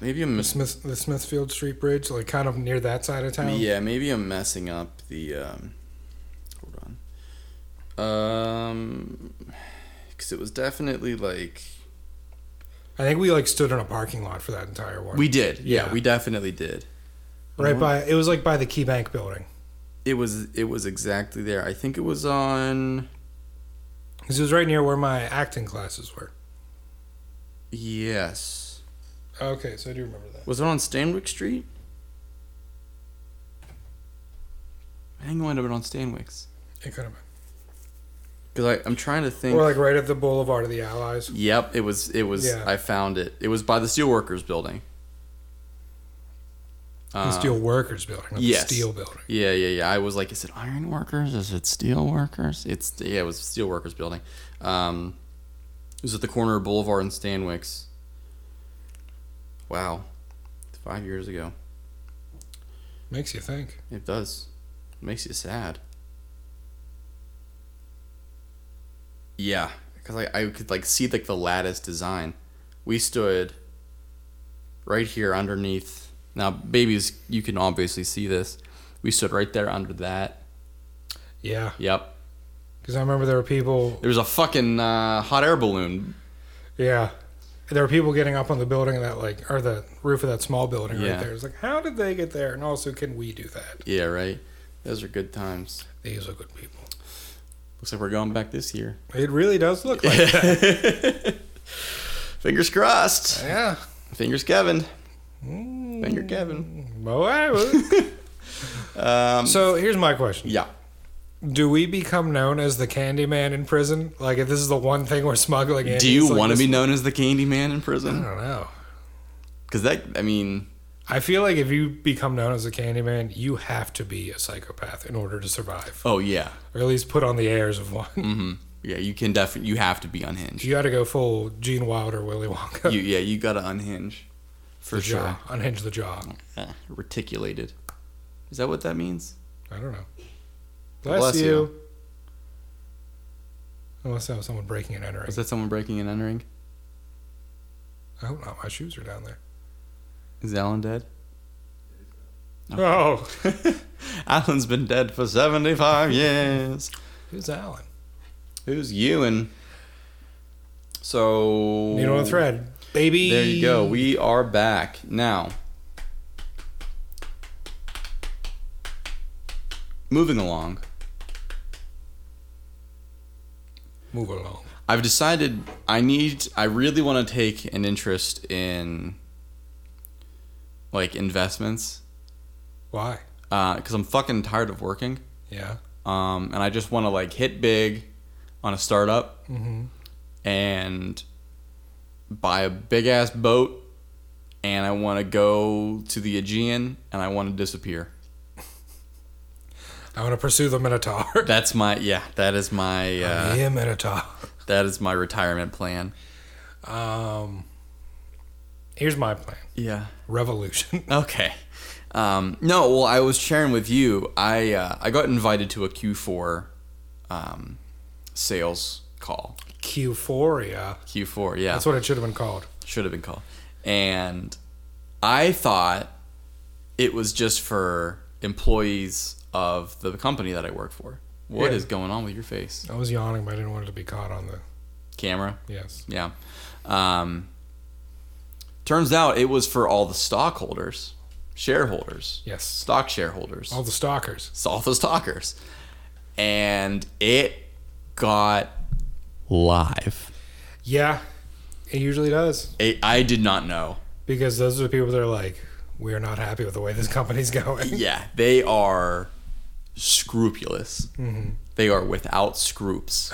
A: Maybe I'm mis-
B: Smith the Smithfield Street Bridge, like kind of near that side of town.
A: yeah. Maybe I'm messing up the. Um, hold on. Um, because it was definitely like
B: I think we like stood in a parking lot for that entire one.
A: we did. Yeah,
B: Yeah.
A: we definitely did.
B: right by it was like by the Key Bank building.
A: It was it was exactly there. I think it was on.
B: This was right near where my acting classes were.
A: Yes.
B: Okay, so I do remember that.
A: Was it on Stanwick Street? I think it might have been on Stanwick's.
B: It could have
A: Because I'm trying to
B: been.
A: think.
B: Or like right at the Boulevard of the Allies.
A: Yep, it was. It was.
B: Yeah.
A: I found it. It was by the Steelworkers Building.
B: the Steel Workers Building. Not
A: Uh, yes.
B: the Steel Building.
A: Yeah, yeah, yeah. I was like, is it Iron Workers? Is it Steel Workers? It's yeah, it was Steel Workers Building. Um, it was at the corner of Boulevard and Stanwix. Wow, five years ago.
B: Makes you think.
A: It does. makes you sad. Yeah, because I, I could like see like the lattice design. We stood right here underneath. Now, babies, you can obviously see this. We stood right there under that.
B: Yeah,
A: Yep.
B: because I remember there were people.
A: There was a fucking uh, hot air balloon.
B: Yeah, there were people getting up on the building that like or the roof of that small building
A: Yeah.
B: right there. It's like, how did they get there? And also, can we do that?
A: Yeah, right. Those are good times.
B: These are good people.
A: Looks like we're going back this year.
B: It really does look like. that.
A: Fingers crossed.
B: Yeah.
A: Fingers Kevin. Finger Kevin.
B: Well, I would.
A: Um,
B: so here's my question:
A: Yeah.
B: Do we become known as the Candyman in prison? Like, if this is the one thing we're smuggling in,
A: Do you
B: it's like
A: want to
B: this- Uh.
A: be known as the Candy Man in
B: I
A: prison?
B: don't know.
A: Because that, I mean,
B: I feel like if you become known as a Candyman, you have to be a psychopath in order to survive,
A: oh yeah,
B: or at least put on the airs of one.
A: Mm. yeah. You can definitely, you have to be unhinged.
B: You got to go full Gene Wilder, Willy Wonka.
A: You, yeah, you gotta unhinge, for
B: the
A: sure.
B: jaw, unhinge the jaw.
A: Yeah, reticulated. Is that what that means?
B: I don't know. Bless,
A: Bless
B: you.
A: you.
B: Unless that was someone breaking and entering.
A: Was that someone breaking and entering?
B: I hope not. My shoes are down there.
A: Is Alan dead?
B: Oh,
A: Alan's been dead for seventy-five years.
B: who's Alan?
A: Who's you and? So
B: Needle and thread, baby.
A: Oh. There you go. We are back now. Moving along.
B: move along.
A: I've decided I need I really want to take an interest in like investments
B: Why?
A: because I'm fucking tired of working
B: Yeah.
A: um, and I just want to like hit big on a startup
B: Mm-hmm.
A: and buy a big ass boat and I want to go to the Aegean and I want to disappear.
B: I want to pursue the Minotaur.
A: That's my yeah. That is my uh,
B: Oh, yeah, Minotaur.
A: that is my retirement plan.
B: Um, here's my plan:
A: Yeah.
B: revolution.
A: Okay. Um, no, well, I was sharing with you. I uh, I got invited to a Q4 um, sales call.
B: Euphoria.
A: Q4, yeah,
B: That's what it should have been called.
A: should have been called. And I thought it was just for employees of the company that I work for. What is
B: Yeah.
A: going on with your face,
B: I was yawning, but I didn't want it to be caught on the.
A: camera?
B: Yes.
A: Yeah. Um, turns out it was for all the stockholders, shareholders,
B: Yes.
A: stock shareholders.
B: All the stalkers.
A: solve those talkers. And it got live.
B: Yeah, it usually does
A: It, I did not know.
B: because those are the people that are like, we're not happy with the way this company's going.
A: Yeah, they are scrupulous. They are without scrupes.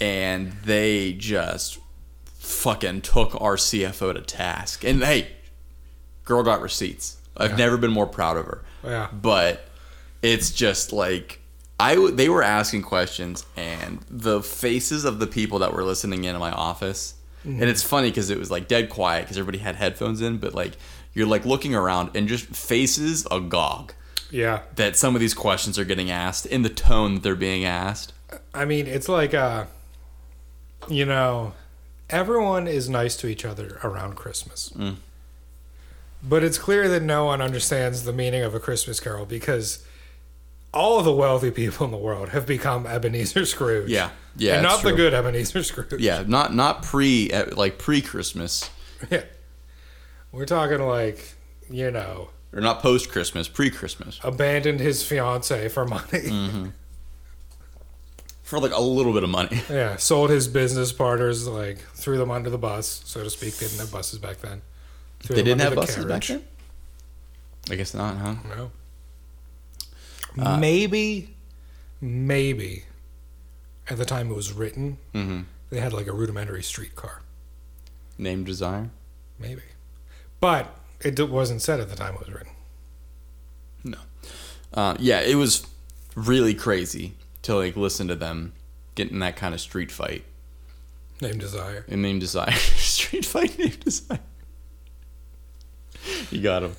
A: and they just fucking took our CFO to task. And hey, girl got receipts. I've never been more proud of her.
B: Yeah.
A: But it's just like I w- they were asking questions and the faces of the people that were listening in in my office. And it's funny cuz it was like dead quiet cuz everybody had headphones in, but like you're like looking around and just faces agog
B: Yeah.
A: that some of these questions are getting asked in the tone that they're being asked.
B: I mean, it's like, uh, you know, everyone is nice to each other around Christmas. But it's clear that no one understands the meaning of a Christmas carol because all of the wealthy people in the world have become Ebenezer Scrooge.
A: Yeah. Yeah,
B: And not
A: it's
B: the
A: true.
B: good Ebenezer Scrooge.
A: Yeah, not not pre eh, like pre Christmas.
B: Yeah. We're talking like, you know,
A: or not post Christmas, pre Christmas,
B: Abandoned his fiance for money.
A: Mm-hmm. for like a little bit of money.
B: Yeah, sold his business partners, like threw them under the bus, so to speak. They didn't have buses back then. Threw
A: They
B: them
A: didn't have
B: under the
A: buses back
B: carriage.
A: then. I guess not, huh?
B: No.
A: Uh,
B: maybe, maybe, at the time it was written,
A: Mm-hmm.
B: they had like a rudimentary streetcar.
A: Name Desire.
B: Maybe, but it d- wasn't said at the time it was written.
A: No. Uh, yeah, it was really crazy to like listen to them getting that kind of street fight.
B: Name Desire.
A: And name Desire. street fight name Desire. You got him.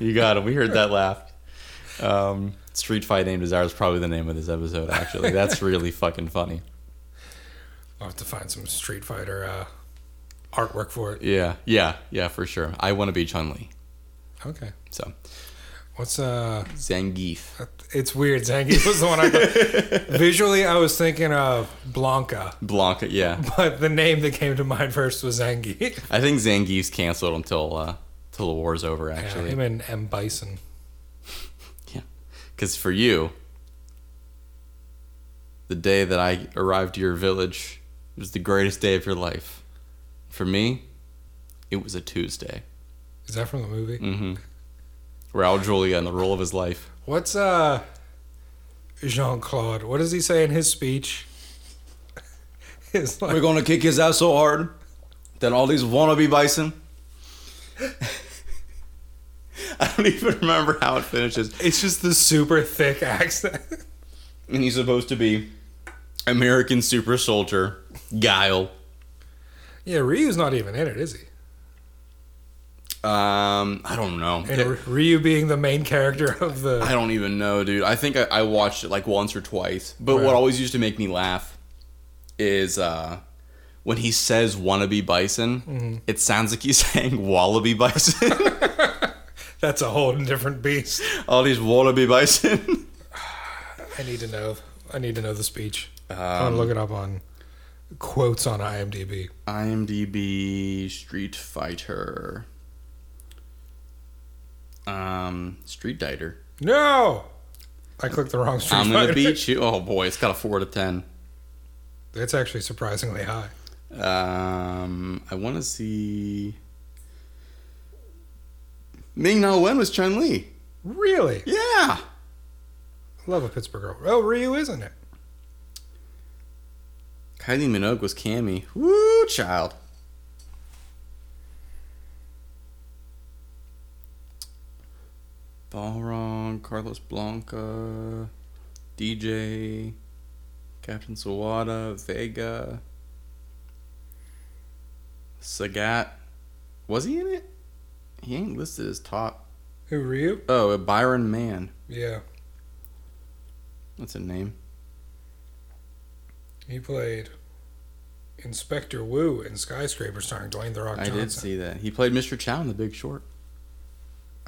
A: You got him. We heard that laugh. Um, street fight name Desire is probably the name of this episode. Actually, that's really fucking funny.
B: I'll have to find some Street Fighter uh, artwork for it.
A: Yeah, yeah, yeah, for sure. I want to be Chun Li.
B: Okay.
A: So
B: What's uh?
A: Zangief,
B: It's weird. Zangief was the one I thought. Visually, I was thinking of Blanca,
A: Blanca. Yeah,
B: but the name that came to mind first was Zangief.
A: I think Zangief's canceled until uh, till the war's over.
B: Yeah,
A: Actually,
B: him and M. Bison.
A: Yeah. Because for you, the day that I arrived to your village was the greatest day of your life. For me, it was a Tuesday.
B: Is that from the movie?
A: Raul Julia in the role of his life.
B: What's uh Jean Claude? What does he say in his speech? It's like,
A: going to kick his ass so hard that all these wannabe bison. I don't even remember how it finishes.
B: it's just the super thick accent.
A: And he's supposed to be American super soldier, Guile.
B: yeah, Ryu's not even in it, is he?
A: Um, I don't know.
B: And R- Ryu being the main character of the.
A: I don't even know, dude. I think I, I watched it like once or twice. But
B: Right.
A: what always used to make me laugh is uh, when he says "wannabe bison."
B: Mm-hmm.
A: It sounds like he's saying "wallaby bison."
B: that's a whole different beast.
A: All these wallaby bison.
B: I need to know. I need to know the speech. I'm gonna look it up on quotes on IMDb.
A: IMDb Street Fighter. Um, Street Fighter.
B: No, I clicked the wrong street.
A: I'm gonna
B: Fighter.
A: beat you. Oh boy, it's got a four to ten.
B: That's actually surprisingly high.
A: Um, I want to see. Ming Na Wen was Chun Li.
B: Really,
A: Yeah.
B: love a Pittsburgh girl. Oh, Ryu isn't it?
A: Kylie Minogue was Cammy. Woo, child. Balrog, Carlos Blanca, DJ, Captain Sawada, Vega, Sagat. Was he in it? He ain't listed as top.
B: Who Ryu?
A: Oh, Byron Mann.
B: Yeah.
A: That's a name.
B: He played Inspector Wu in Skyscraper starring Dwayne The Rock
A: I
B: Johnson.
A: did see that. He played Mr. Chow in The Big Short.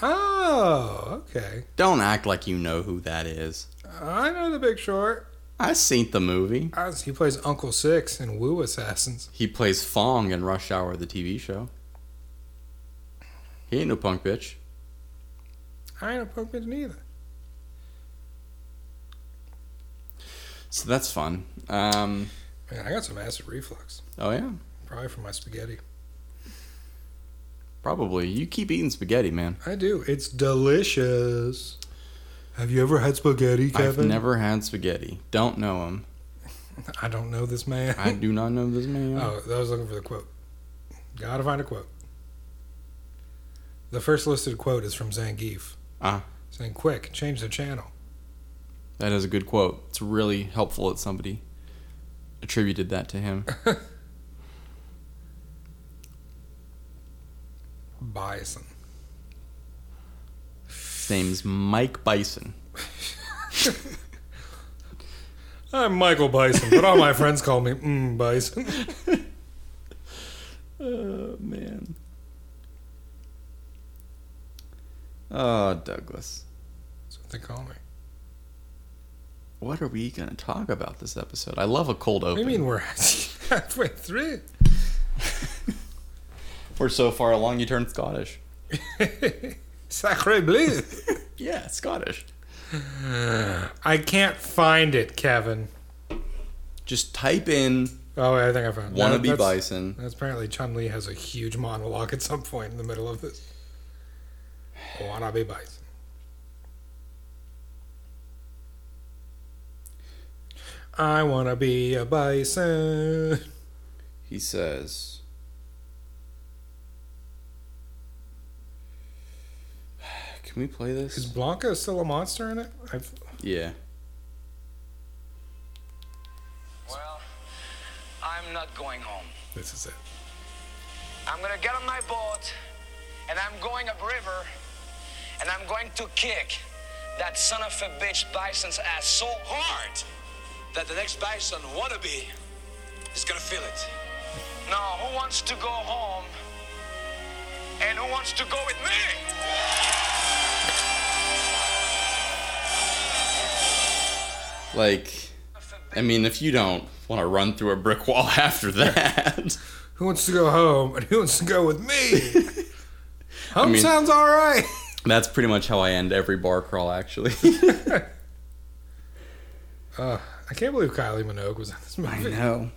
B: Oh, okay.
A: Don't act like you know who that is.
B: I know the Big Short.
A: I seen the movie.
B: I was- He plays Uncle Six in Wu Assassins.
A: He plays Fong in Rush Hour, the TV show. He ain't no punk bitch.
B: I ain't a punk bitch neither.
A: So that's fun. Um,
B: Man, I got some acid reflux,
A: oh yeah,
B: probably from my spaghetti.
A: probably. You keep eating spaghetti, man.
B: I do. It's delicious. Have you ever had spaghetti, Kevin?
A: I've never had spaghetti. Don't know him.
B: I don't know this man.
A: I do not know this man.
B: Oh, I was looking for the quote. Gotta find a quote. The first listed quote is from Zangief.
A: Ah.
B: Saying, quick, change the channel.
A: That is a good quote. It's really helpful that somebody attributed that to him.
B: Bison.
A: His name's Mike Bison.
B: I'm Michael Bison, but all my friends call me mm, Bison.
A: Oh man. Oh Douglas.
B: That's what they call me.
A: What are we gonna talk about this episode? I love a cold
B: What do
A: open.
B: you mean we're halfway through?
A: We're so far along, you turned Scottish.
B: Sacre bleu.
A: Yeah, Scottish.
B: I can't find it, Kevin.
A: Just type in
B: Oh, wait, I think I found it. No,
A: wannabe
B: that's-
A: bison.
B: That's apparently Chun Li has a huge monologue at some point in the middle of this. Wannabe bison. I wanna be a bison.
A: He says, "Can we play
B: Is
A: this?"
B: Blanca still a monster in it? I've,
A: Yeah.
F: Well, I'm not going home.
B: this is it.
F: I'm gonna get on my boat and I'm going upriver and I'm going to kick that son of a bitch bison's ass so hard that the next bison wannabe is gonna feel it. Now, who wants to go home and who wants to go with me?
A: Like, I mean, if you don't want to run through a brick wall after that,
B: Who wants to go home and who wants to go with me? home
A: mean-
B: sounds alright.
A: that's pretty much how I end every bar crawl. Actually,
B: I can't believe Kylie Minogue was in this movie.
A: know.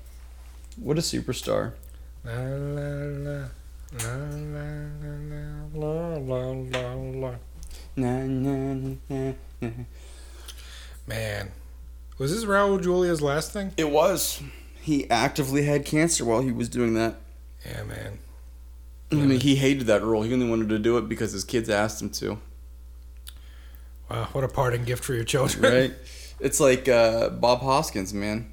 A: What a superstar.
B: La, la, la. La, la, la, la, la, la, la. Man, was this Raul Julia's last thing?
A: It was. He actively had cancer while he was doing that.
B: Yeah, man.
A: I mean, he hated that role. He only wanted to do it because his kids asked him to.
B: Wow, what a parting gift for your children.
A: right? It's like uh, Bob Hoskins, man.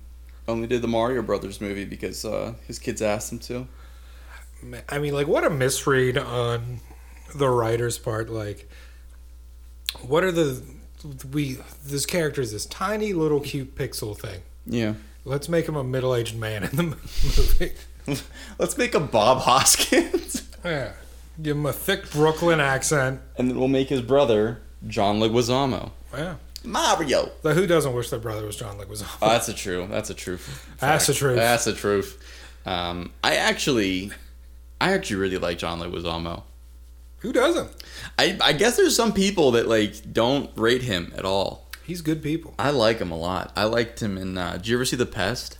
A: Only did the Mario Brothers movie because uh, his kids asked him to.
B: Ma- I mean, like, what a misread on the writer's part. Like, what are the we? This character is this tiny little cute pixel thing.
A: Yeah.
B: Let's make him a middle-aged man in the mo- movie.
A: Let's make a Bob Hoskins,
B: yeah, give him a thick Brooklyn accent.
A: and then we'll make his brother John Leguizamo.
B: Yeah,
A: Mario.
B: Like, who doesn't wish their brother was John Leguizamo?
A: Oh, that's a true. That's a true. f-
B: That's the
A: fact.
B: truth.
A: That's the truth. Um, I actually, I actually really like John Leguizamo.
B: Who doesn't?
A: I, I guess there's some people that like don't rate him at all.
B: He's good people.
A: I like him a lot. I liked him in. Uh, did you ever see The Pest?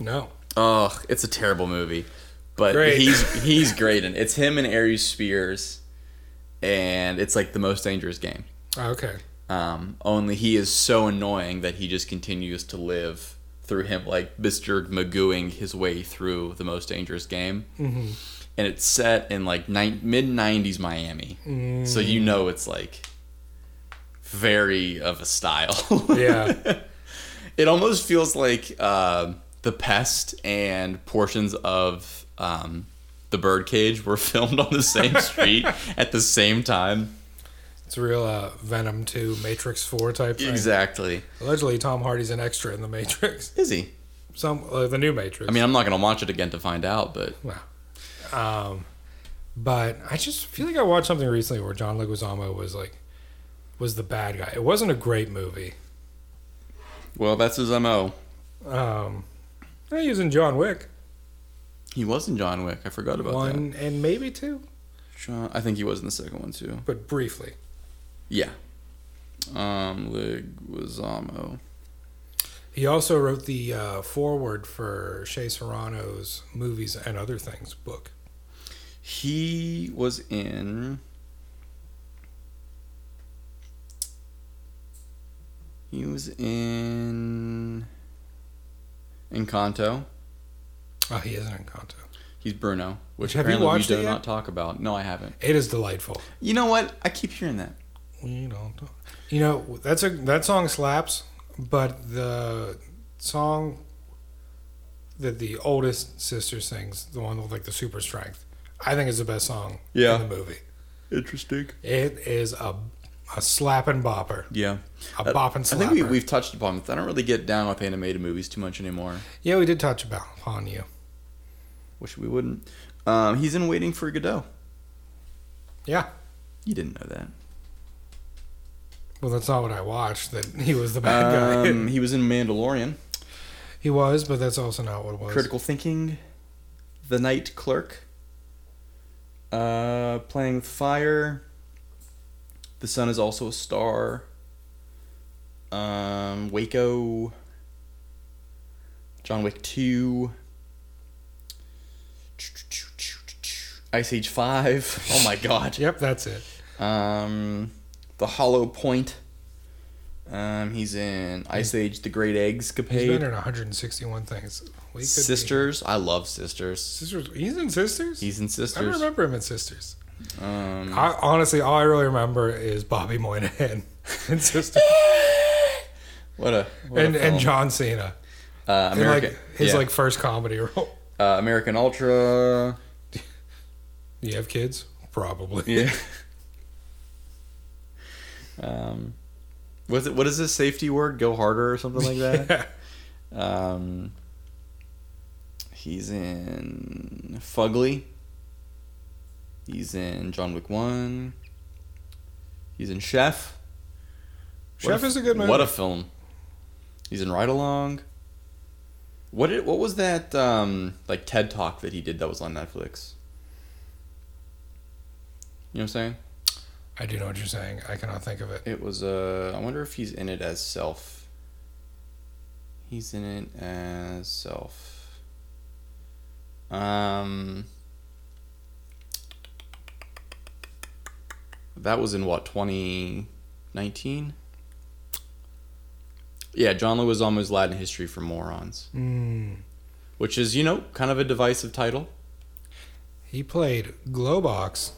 B: No.
A: Oh, it's a terrible movie, but
B: Great.
A: he's he's great and it's him and Aries Spears, and it's like the most dangerous game.
B: Okay.
A: Um, only he is so annoying that he just continues to live through him, like Mr. Magooing his way through the most dangerous game. Mm-hmm. And it's set in like ni- mid '90s Miami, so you know it's like very of a style.
B: Yeah.
A: It almost feels like uh, the pest and portions of um, the birdcage were filmed on the same street at the same time.
B: It's a real uh, Venom 2, Matrix 4 type thing.
A: Exactly.
B: Allegedly, Tom Hardy's an extra in the Matrix.
A: Is he?
B: Some uh, the new Matrix.
A: I mean, I'm not gonna watch it again to find out, but
B: wow. Um, but I just feel like I watched something recently where John Leguizamo was like, was the bad guy. It wasn't a great movie.
A: well, that's his mo.
B: Um, yeah, he was in John Wick
A: He was in John Wick. I forgot about
B: one and maybe two,
A: that. John, I think he was in the second one too.
B: but briefly.
A: Yeah. Um, Leguizamo.
B: He also wrote the uh, foreword for Shea Serrano's movies and other things book.
A: He was in. He was in. Encanto.
B: Oh, he is in Encanto.
A: He's Bruno, which
B: Have you
A: apparently
B: watched
A: we
B: it
A: do
B: yet?
A: not talk about. No, I haven't.
B: It is delightful.
A: You know what? I keep hearing that.
B: We don't. talk- You know that's a that song slaps, but the song that the oldest sister sings, the one with like the super strength, I think is the best song
A: Yeah.
B: in the movie.
A: Interesting.
B: It is a a slap and bopper,
A: Yeah.
B: a bop and
A: I
B: slapper.
A: think we, we've touched upon this. I don't really get down with animated movies too much anymore.
B: yeah, we did touch about upon you.
A: Wish we wouldn't. Um, he's in Waiting for Godot.
B: Yeah.
A: You didn't know that.
B: Well, that's not what I watched. That he was the bad guy.
A: Um, he was in Mandalorian.
B: He was, but that's also not what it was.
A: Critical Thinking, The Night Clerk, uh, Playing with Fire, The Sun is also a star. Um, Waco. John Wick 2. Ice Age 5. Oh my god.
B: Yep, that's it.
A: Um, The Hollow Point. Um, he's in Ice Age The Great Eggs
B: Hmm. He's been
A: Capade.
B: in 161 things. We could be-
A: Sisters. I love Sisters.
B: Sisters. He's in Sisters.
A: He's in
B: I
A: Sisters.
B: remember him in Sisters.
A: Um,
B: I, honestly, all I really remember is Bobby Moynihan in Sisters
A: what a. What
B: and,
A: a
B: and
A: film.
B: John Cena.
A: Uh,
B: in
A: American.
B: like his
A: yeah.
B: like first comedy role.
A: Uh, American Ultra.
B: You have kids, probably.
A: Yeah. um,
G: What's it, what is this safety word? Go harder or something like that?
A: um, he's in Fugly. He's in John Wick One. He's in Chef. What
B: Chef
A: f-
B: is a good movie.
A: What a film! He's in Ride Along. What did, what was that um, like TED Talk that he did that was on Netflix? You know what I'm saying?
B: I do know what you're saying. I cannot think of it.
A: It was uh I wonder if he's in it as self. He's in it as self. Um That was in what 2019? Yeah, John Leguizamo's Latin History for Morons,
B: Mm.
A: which is, you know, kind of a divisive title.
B: He played Glowbox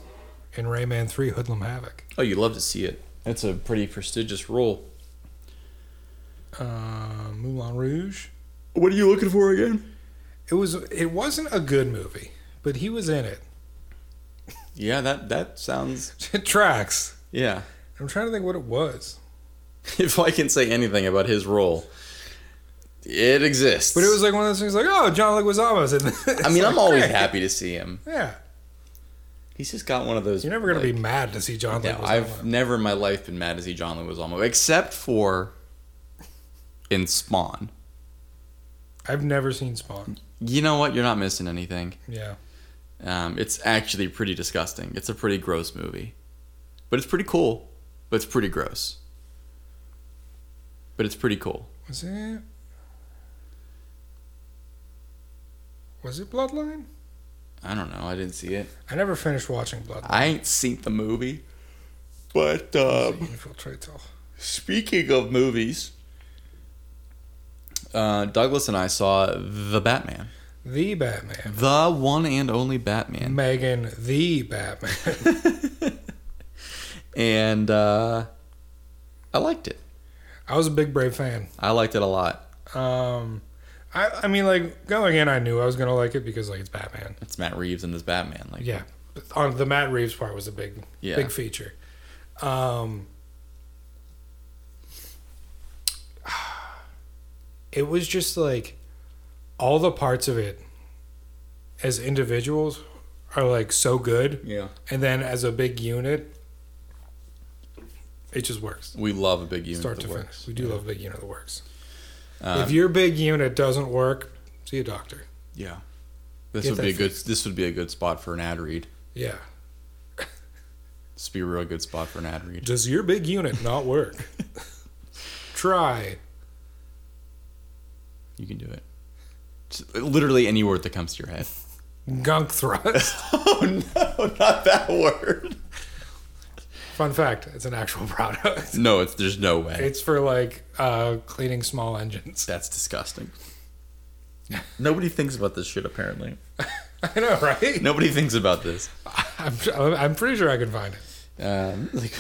B: in Rayman 3 Hoodlum Havoc.
A: Oh, you'd love to see it. It's a pretty prestigious role.
B: Uh, Moulin Rouge.
A: What are you looking for again?
B: It was. It wasn't a good movie, but he was in it.
A: Yeah, that that sounds
B: It tracks.
A: yeah.
B: I'm trying to think what it was,
A: if I can say anything about his role, it exists.
B: but it was like one of those things like, oh, John Leguizamo's in this.
A: I mean,
B: Like,
A: I'm always
B: great.
A: happy to see him.
B: Yeah,
A: He's just got one of those.
B: you're never gonna
A: like,
B: be mad to see John
A: Yeah,
B: Leguizamo.
A: I've never in my life been mad to see John Leguizamo, except for in Spawn.
B: I've never seen Spawn.
A: You know what? You're not missing anything.
B: Yeah,
A: Um, it's actually pretty disgusting. It's a pretty gross movie, but it's pretty cool. But it's pretty gross. But it's pretty cool.
B: was it? Was it Bloodline?
A: I don't know. I didn't see it.
B: I never finished watching Bloodline.
A: I ain't seen the movie, but um,
B: Infiltrate all.
A: Speaking of movies, uh, Douglas and I saw The Batman.
B: The Batman.
A: The one and only Batman.
B: Megan the Batman.
A: And uh, I liked it.
B: I was a big Brave fan.
A: I liked it a lot.
B: Um, I I mean like going in, I knew I was gonna like it because like it's Batman.
A: It's Matt Reeves and his Batman. Like,
B: Yeah, But on the Matt Reeves part was a big
A: Yeah.
B: big feature. Um, it was just like all the parts of it as individuals are like so good,
A: Yeah.
B: and then as a big unit, it just works.
A: We love a big unit.
B: start
A: that
B: to
A: works. Um,
B: finish. We do love a big unit that works. if your big unit doesn't work, see a doctor.
A: Yeah. This
B: Get
A: would be a
B: that
A: good. This would be a good spot for an ad read.
B: Yeah.
A: This would be a real good spot for an ad read.
B: Does your big unit not work? Try.
A: You can do it. Just uh, literally any word that comes to your head.
B: Gunk thrust.
A: Oh no, not that word.
B: Fun fact, it's an actual product.
A: No, it's there's no way.
B: It's for like uh, cleaning small engines.
A: That's disgusting. Nobody thinks about this shit, apparently.
B: I know, right?
A: Nobody thinks about this.
B: I'm, I'm pretty sure I can find it.
A: Um, like,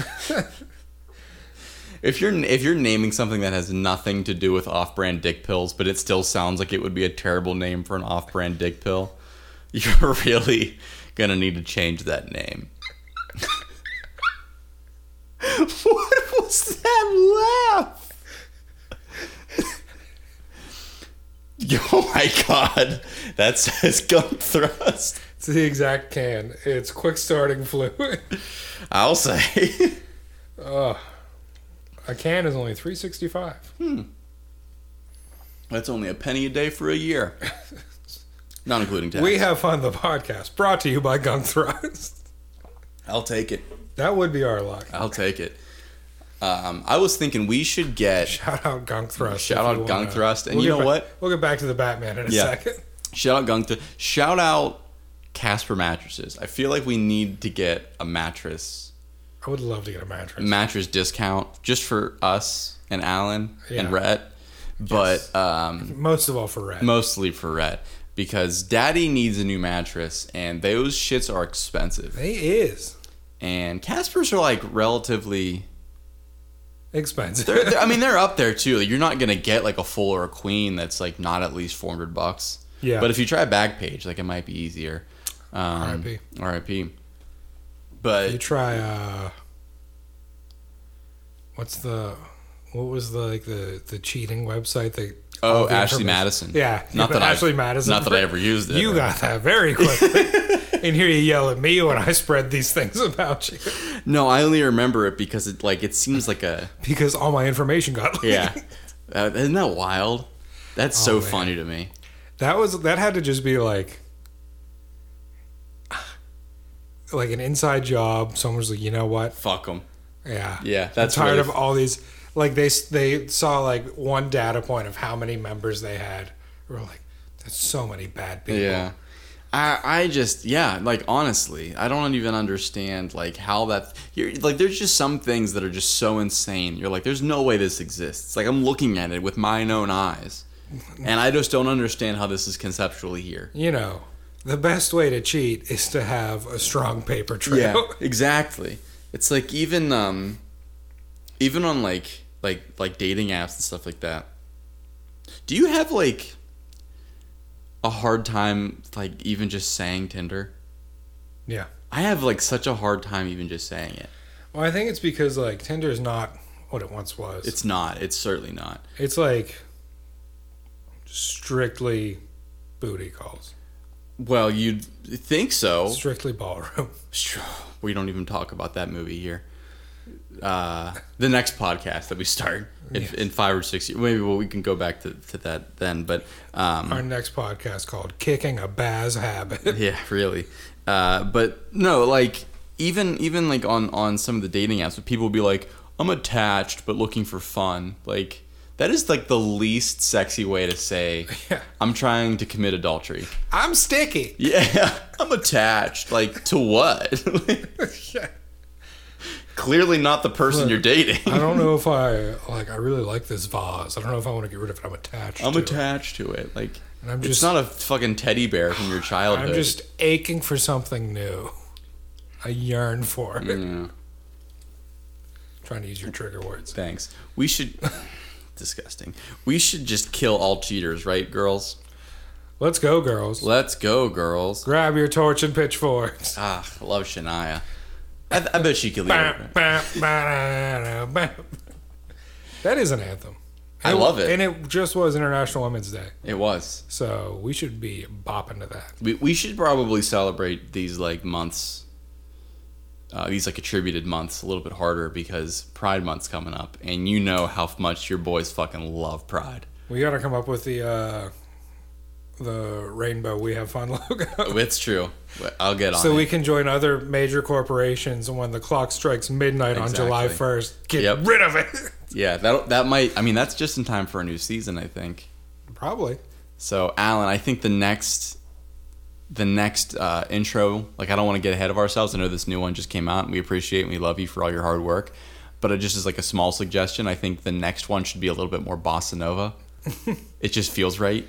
A: if you're if you're naming something that has nothing to do with off-brand dick pills, but it still sounds like it would be a terrible name for an off-brand dick pill, you're really gonna need to change that name. what was that laugh? oh my god, that says gun thrust.
B: It's the exact can. It's quick starting fluid.
A: I'll say.
B: A can is only 365.
A: Hmm. That's only a penny a day for a year. Not including tax.
B: We have fun the podcast brought to you by Gunk Thrust.
A: I'll take it.
B: That would be our luck.
A: I'll take it. Um, I was thinking we should get
B: Shout out Gunk Thrust.
A: Shout
B: if
A: out
B: you
A: Gunk
B: wanna-
A: Thrust, and
B: We'll
A: you
B: get
A: know
B: ba-
A: what?
B: We'll get back to the Batman in a
A: Yeah.
B: secunk
A: shout out Gunk. Th- shout out Casper mattresses. I feel like we need to get a mattress
B: I would love to get a mattress.
A: mattress discount just for us and Alan and
B: Yeah.
A: Rhett, but um,
B: Most of all for Red.
A: mostly for Rhett because Daddy needs a new mattress and those shits are expensive.
B: they is
A: And Caspers are like relatively
B: expensive.
A: they're, they're- I mean, they're up there too. Like, you're not gonna get like a full or a queen that's like not at least four hundred bucks.
B: Yeah.
A: But if you try Backpage, like it might be easier. Um,
B: R.I.P..
A: R.I.P. But
B: you try uh what's the what was the like the the cheating website that all
A: oh,
B: the
A: Ashley
B: information-
A: Madison.
B: Yeah.
A: Not that
B: Ashley
A: I,
B: Madison.
A: Not that I ever used it.
B: You got that very quickly. and here you yell at me when I spread these things about you.
A: No, I only remember it because it like it seems like a
B: Because all my information got leaked.
A: yeah. Uh, isn't that wild? That's so
B: Oh, man.
A: funny to me.
B: That was that had to just be like like an inside job. Someone was like, you know what?
A: Fuck them.
B: Yeah,
A: Yeah, that's
B: I'm tired
A: really-
B: of all these. Like they s- they saw like one data point of how many members they had. We were like, that's so many bad people.
A: Yeah. I, I just yeah like honestly I don't even understand like how that you're like there's just some things that are just so insane you're like there's no way this exists like I'm looking at it with my own eyes and I just don't understand how this is conceptually here
B: You know, the best way to cheat is to have a strong paper trail.
A: exactly it's like even um even on like like like dating apps and stuff like that do you have like a hard time like even just saying Tinder
B: yeah.
A: I have like such a hard time even just saying it.
B: Well, I think it's because like Tinder is not what it once was.
A: It's not. It's certainly not.
B: it's like strictly booty calls,
A: Well, you'd think so.
B: strictly ballroom.
A: We don't even talk about that movie here. Uh, the next podcast that we start in, in five or six years, maybe well, we can go back to, to that then. But um,
B: Our next podcast called "Kicking a Baz Habit."
A: yeah, really. Uh, but no, like even even like on on some of the dating apps, people will be like, "I'm attached, but looking for fun." Like that is like the least sexy way to say,
B: Yeah.
A: "I'm trying to commit adultery."
B: I'm sticky.
A: Yeah, I'm attached. Like to what?
B: Yeah.
A: Clearly not the person you're dating.
B: I don't know if I like. I really like this vase. I don't know if I want to get rid of it. I'm attached.
A: I'm
B: to
A: attached to it. Like
B: And I'm
A: it's
B: just-
A: not a fucking teddy bear from your
B: It.
A: childhood.
B: I'm just aching for something new. I yearn for it.
A: Yeah,
B: Trying to use your trigger words.
A: thanks. We should disgusting. We should just kill all cheaters, right, girls?
B: Let's go, girls.
A: Let's go, girls.
B: Grab your torch and pitchforks.
A: Ah, I love Shania. I, I bet she could lead.
B: Bah,
A: it.
B: bah, bah, bah, bah. that is an anthem.
A: I love it.
B: And it just was International Women's Day,
A: It was.
B: so we should be bopping to that.
A: We, we should probably celebrate these like months, uh, these like attributed months a little bit harder because Pride Month's coming up, and you know how much your boys fucking love Pride.
B: We got to come up with the uh, the rainbow. We have fun logo.
A: It's true. I'll get on.
B: So
A: it.
B: we can join other major corporations, and when the clock strikes midnight
A: Exactly.
B: on July 1st, get
A: Yep.
B: rid of it.
A: yeah, that that might. I mean, that's just in time for a new season, I think.
B: Probably.
A: So Alan, I think the next, the next uh, intro. Like, I don't want to get ahead of ourselves. I know this new one just came out, and we appreciate and we love you for all your hard work. But it just is like a small suggestion. I think the next one should be a little bit more bossa nova. it just feels right.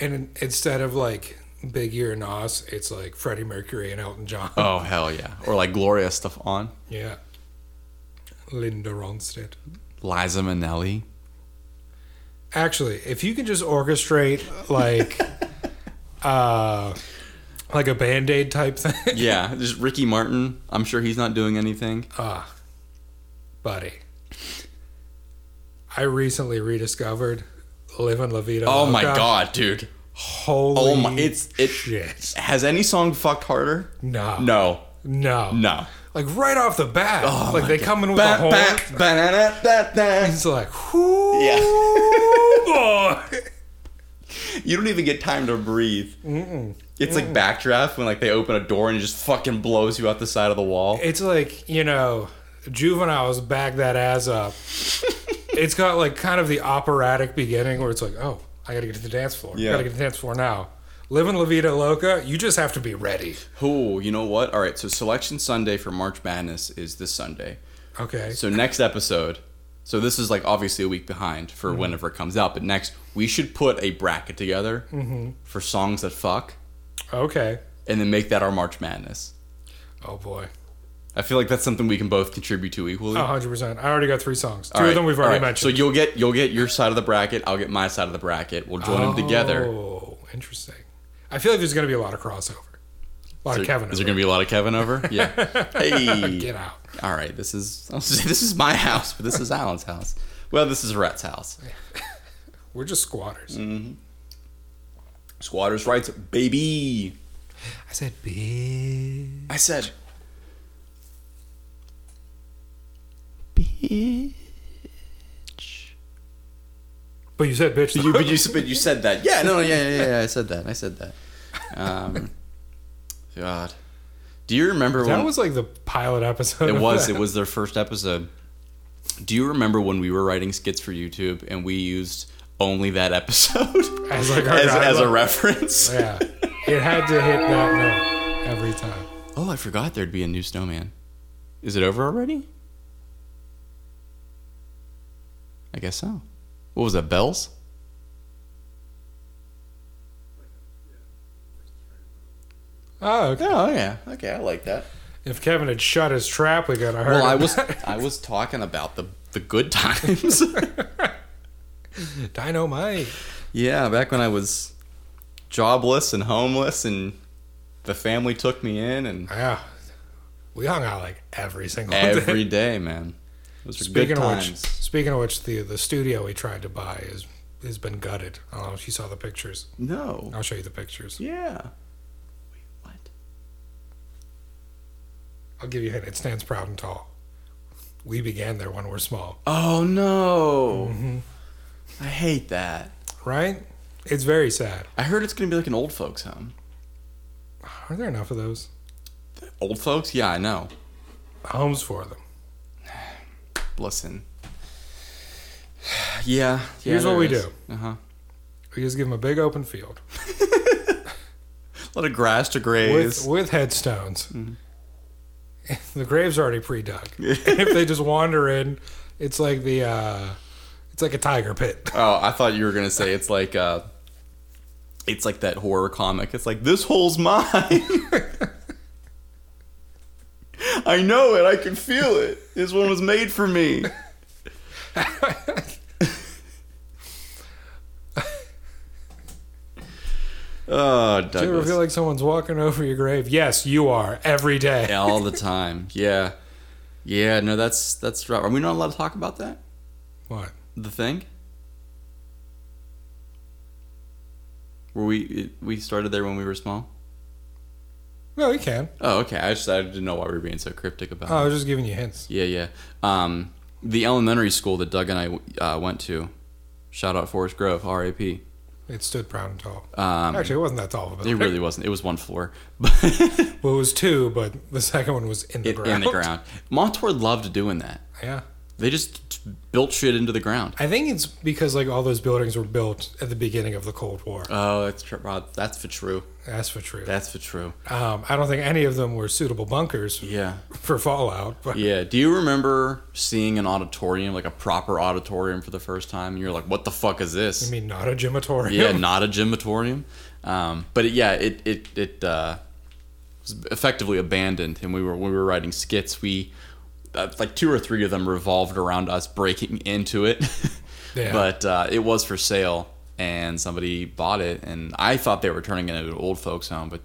B: And in- instead of like Big Ear and Nas, it's like Freddie Mercury and Elton John.
A: Oh hell yeah! Or like Gloria stuff on
B: Yeah. Linda Ronstadt.
A: Liza Minnelli.
B: Actually, if you can just orchestrate like uh like a band-aid type thing,
A: Yeah, just Ricky Martin. I'm sure he's not doing anything.
B: Oh, buddy. I recently rediscovered Live in La Vida.
A: Oh my
B: Loca.
A: god, dude!
B: Holy
A: Oh my, it's it.
B: shit.
A: Has any song fucked harder?
B: No.
A: No,
B: No.
A: no.
B: Like right off the bat.
A: Oh
B: like
A: my
B: they
A: God.
B: come in with
A: Ba-
B: a horn.
A: ba- ba- da- da- da- da.
B: It's like, whoo
A: Yeah,
B: boy.
A: you don't even get time to breathe. It's like backdraft when like they open a door and it just fucking blows you out the side of the wall.
B: It's like, you know, juveniles back that ass up. it's got like kind of the operatic beginning where it's like, oh, I got to get to the dance floor.
A: Yeah.
B: Got to get to the dance floor now. Living La Vida Loca, you just have to be ready.
A: Cool. You know what? All right. So selection Sunday for March Madness is this Sunday.
B: Okay.
A: So next episode. So this is like obviously a week behind for whenever it comes out, but next we should put a bracket together for songs that fuck,
B: Okay.
A: and then make that our March Madness.
B: Oh boy.
A: I feel like that's something we can both contribute to equally.
B: 100%. I already got three songs. Two
A: All
B: of them
A: right,
B: we've already
A: all right.
B: mentioned.
A: So you'll get you'll get your side of the bracket. I'll get my side of the bracket. We'll join them together.
B: Oh, interesting. I feel like there's going to be a lot of crossover. A lot of Kevin.
A: Is there gonna be a lot of Kevin over? Yeah. hey.
B: Get out.
A: All right. This is I was gonna say, this is my house, but this is Alan's house. Well, this is Rhett's house.
B: We're just squatters.
A: Mm. Squatters' rights, baby.
B: I said, bitch.
A: I said.
B: But you said bitch.
A: You, but you but you said that. Yeah. No. Yeah. Yeah. Yeah. I said that. I said that. Um, God. Do you remember
B: that
A: when
B: was like the pilot episode.
A: It
B: of
A: was.
B: that.
A: It was their first episode. Do you remember when we were writing skits for YouTube and we used only that episode
B: As, like, our
A: as, as a
B: guideline.
A: reference?
B: Yeah. It had to hit that note every time.
A: Oh, I forgot there'd be a new snowman. Is it over already? I guess so. What was that? Bells?
B: Oh, okay.
A: Oh yeah. Okay, I like that.
B: If Kevin had shut his trap, we got to hurt.
A: Well, I
B: him.
A: was I was talking about the the good times.
B: dynamite.
A: yeah, back when I was jobless and homeless and the family took me in and
B: Yeah. We hung out like every single day.
A: every day, man. Those are
B: Speaking
A: good
B: of which,
A: times.
B: speaking of which, the the studio we tried to buy is has been gutted. I don't know if you saw the pictures.
A: no.
B: I'll show you the pictures.
A: Yeah. Wait, what?
B: I'll give you a hint. It stands proud and tall. We began there when we're small,
A: Oh no.
B: Mm-hmm.
A: I hate that.
B: right? It's very sad.
A: I heard it's gonna be like an old folks home.
B: Are there enough of those
A: Old folks? Yeah, I know.
B: homes for them?
A: Listen. Yeah. yeah
B: Here's what
A: there
B: we
A: is.
B: do.
A: Uh-huh.
B: We just give them a big open field
A: A lot of grass to
B: with
A: graze.
B: with headstones.
A: Mm-hmm.
B: The grave's already pre-dug. if they just wander in, it's like the uh, it's like a tiger pit.
A: oh, I thought you were gonna say it's like uh it's like that horror comic. It's like this hole's mine. I know it. I can feel it. This one was made for me. oh, Douglas.
B: Do you ever feel like someone's walking over your grave? Yes, you are every day.
A: Yeah, all the time. Yeah, yeah. No, that's that's right. Are we not allowed to talk about that?
B: What?
A: The thing. Were we it- we started there when we were small?
B: No, you can.
A: Oh, okay. I just I didn't know why we were being so cryptic about.
B: Oh, I
A: it.
B: was just giving you hints.
A: Yeah, yeah. Um, the elementary school that Doug and I uh, went to. Shout out Forest Grove, R.A.P.
B: It stood proud and tall.
A: Um,
B: Actually, it wasn't that tall of a
A: it
B: building.
A: really wasn't. It was one floor, but
B: Well, it was two, but the second one was in the
A: it,
B: ground.
A: in the ground. Montour loved doing that.
B: Yeah.
A: They just t- built shit into the ground.
B: I think it's because like all those buildings were built at the beginning of the Cold War.
A: Oh, that's tr- Rob, that's for true.
B: That's for true.
A: That's for true.
B: um, I don't think any of them were suitable bunkers
A: Yeah.
B: for fallout. But
A: Yeah. Do you remember seeing an auditorium, like a proper auditorium for the first time? And you're like, what the fuck is
B: I
A: this?
B: mean, not a gymatorium.
A: Yeah, not a gymatorium. Um, but it, yeah, it, it, it uh, was effectively abandoned. And we were, when we were writing skits, we, uh, like two or three of them revolved around us breaking into it.
B: Yeah.
A: But uh, it was for sale and somebody bought it. And I thought they were turning it into an old folks home, but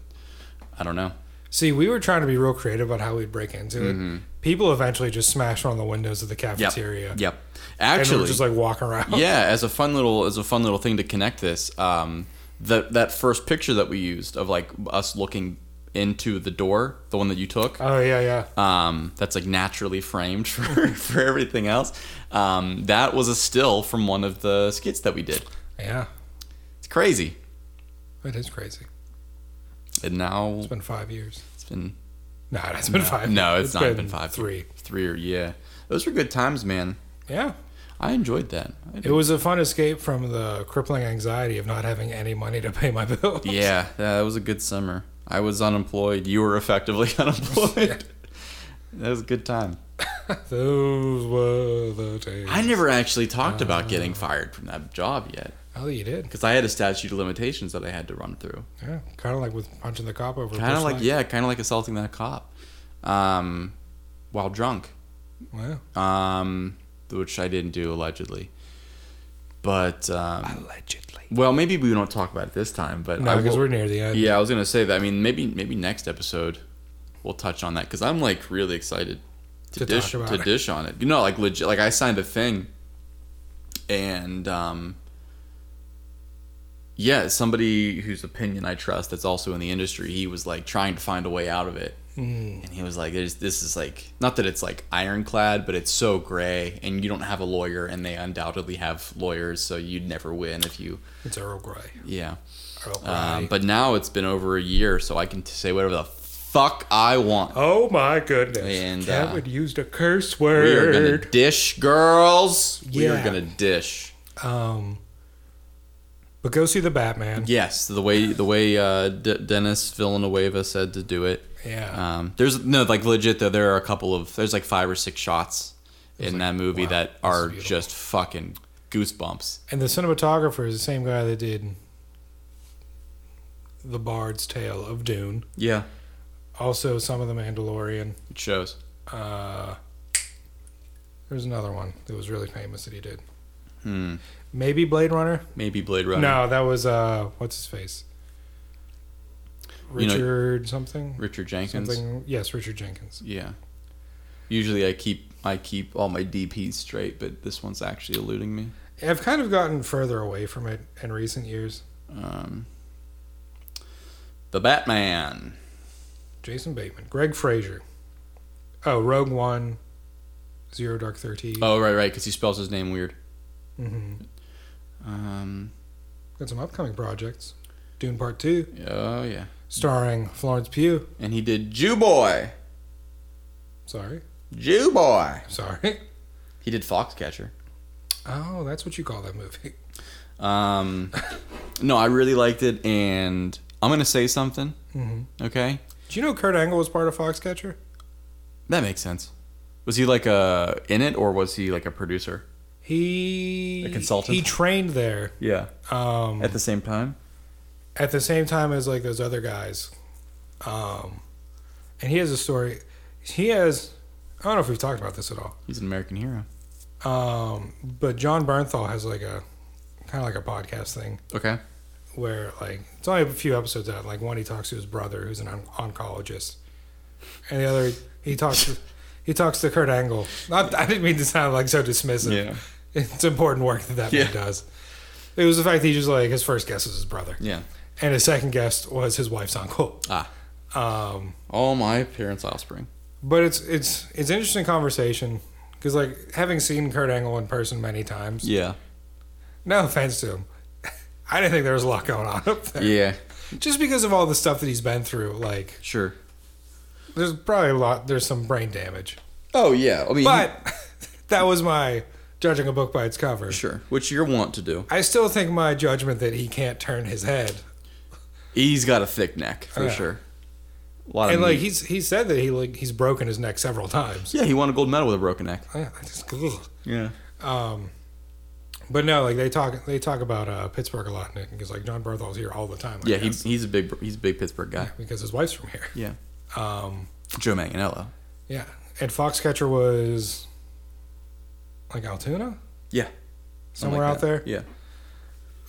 A: I don't know.
B: See, we were trying to be real creative about how we'd break into
A: Mm-hmm.
B: it. People eventually just smashed on the windows of the
A: Yep.
B: cafeteria.
A: Yep.
B: And we
A: Actually,
B: were just like walking around.
A: yeah, as a fun little as a fun little thing to connect this, um, that that first picture that we used of like us looking into the door, the one that you took,
B: Oh yeah, yeah.
A: um, that's like naturally framed for for everything else. Um, that was a still from one of the skits that we did.
B: yeah.
A: It's crazy.
B: It is crazy.
A: and now
B: It's been five years.
A: it's been
B: No, it hasn't been five.
A: no, it's, not been five
B: Three.
A: three or yeah. Those were good times, man.
B: Yeah.
A: I enjoyed that. I
B: It was a fun escape from the crippling anxiety of not having any money to pay my bills.
A: Yeah, that was a good summer. I was unemployed. You were effectively unemployed. that was a good time.
B: Those were the days.
A: I never actually talked about getting fired from that job yet
B: Oh, you did.
A: because I had a statute of limitations that I had to run through.
B: Yeah. Kind of like with punching the cop over.
A: Kind of
B: Bush
A: like
B: Light.
A: yeah, kind of like assaulting that cop um, while drunk,
B: Wow.
A: um, which I didn't do allegedly. But um,
B: Allegedly.
A: well, maybe we don't talk about it this time. But I
B: No, because
A: will-
B: we're near the end.
A: Yeah, I was gonna say that. I mean, maybe maybe next episode we'll touch on that because I'm like really excited to,
B: To
A: dish
B: talk
A: to
B: about it.
A: dish on it. You know, like legit. Like I signed a thing, and um, yeah, somebody whose opinion I trust that's also in the industry. He was like trying to find a way out of it,
B: Hmm.
A: and he was like, "There's this is like not that it's like ironclad, but it's so gray, and you don't have a lawyer, and they undoubtedly have lawyers, so you'd never win if you."
B: It's Earl Grey.
A: Yeah.
B: Earl Grey.
A: Um, but now it's been over a year, so I can t- say whatever the fuck I want.
B: oh my goodness.
A: And,
B: Cat
A: uh,
B: would used a curse
A: we are gonna
B: word.
A: dish, girls. We are
B: Yeah.
A: gonna dish.
B: Um. But go see the Batman.
A: Yes, the way the way uh, D- Dennis Villanueva said to do it.
B: Yeah.
A: Um, there's no like legit though. There are a couple of there's like five or six shots in that movie that are just fucking goosebumps.
B: And the cinematographer is the same guy that did The Bard's Tale of Dune.
A: Yeah,
B: Also, some of The Mandalorian.
A: it shows.
B: Uh, there's another one that was really famous that he did.
A: Hmm.
B: Maybe Blade Runner.
A: Maybe Blade Runner.
B: No, that was uh, what's his face?
A: You know-
B: Richard something.
A: Richard Jenkins.
B: Something. Yes, Richard Jenkins.
A: Yeah. Usually I keep I keep all my DPs straight, but this one's actually eluding me.
B: I've kind of gotten further away from it in recent years.
A: Um, the Batman.
B: Jason Bateman, Greg Fraser. Oh, Rogue One, Zero Dark Thirty.
A: Oh right, right, because he spells his name weird.
B: Mm-hmm.
A: Um,
B: Got some upcoming projects. Dune Part Two,
A: oh yeah,
B: starring Florence Pugh.
A: and he did Jew Boy,
B: Sorry,
A: Jew Boy.
B: sorry.
A: He did Foxcatcher.
B: Oh, that's what you call that movie.
A: Um, no, I really liked it, and I'm gonna say something.
B: Mhm.
A: Okay,
B: Do you know Kurt Angle was part of Foxcatcher?
A: that makes sense. Was he like a in it, or was he like a producer?
B: He
A: A consultant?
B: He trained there
A: Yeah.
B: um,
A: At the same time.
B: at the same time as like those other guys, um, and he has a story. He has. I don't know if we've talked about this at all.
A: He's an American hero.
B: Um, but John Bernthal has like a kind of like a podcast thing
A: Okay.
B: where like it's only a few episodes out. Like one, he talks to his brother who's an on- oncologist, and the other he talks to, he talks to Kurt Angle. Not I didn't mean to sound like so dismissive.
A: Yeah.
B: It's important work that that
A: Yeah.
B: man does. It was the fact that he just like his first guest was his brother,
A: Yeah.
B: and his second guest was his wife's uncle.
A: Ah.
B: Um,
A: All my parents' offspring.
B: but it's it's it's interesting conversation because like having seen Kurt Angle in person many times,
A: Yeah.
B: No offense to him. I didn't think there was a lot going on up there.
A: Yeah.
B: Just because of all the stuff that he's been through, like
A: Sure.
B: there's probably a lot there's some brain damage.
A: Oh yeah. I mean,
B: But that was my judging a book by its cover.
A: Sure. Which you're want to do.
B: I still think my judgment that he can't turn his head.
A: He's got a thick neck for
B: Yeah.
A: sure. A lot
B: And
A: of
B: like
A: meat.
B: he's he said that he like he's broken his neck several times.
A: yeah, he won a gold medal with a broken neck.
B: I I just ugh.
A: Yeah.
B: um but no, like they talk they talk about uh, Pittsburgh a lot in it because like John Berthal's here all the time. I
A: Yeah, he,
B: guess,
A: he's a big he's a big Pittsburgh guy.
B: because his wife's from here.
A: Yeah.
B: Um
A: Joe Manganiello.
B: Yeah, and Foxcatcher was like Altoona,
A: Yeah.
B: somewhere out there.
A: Yeah.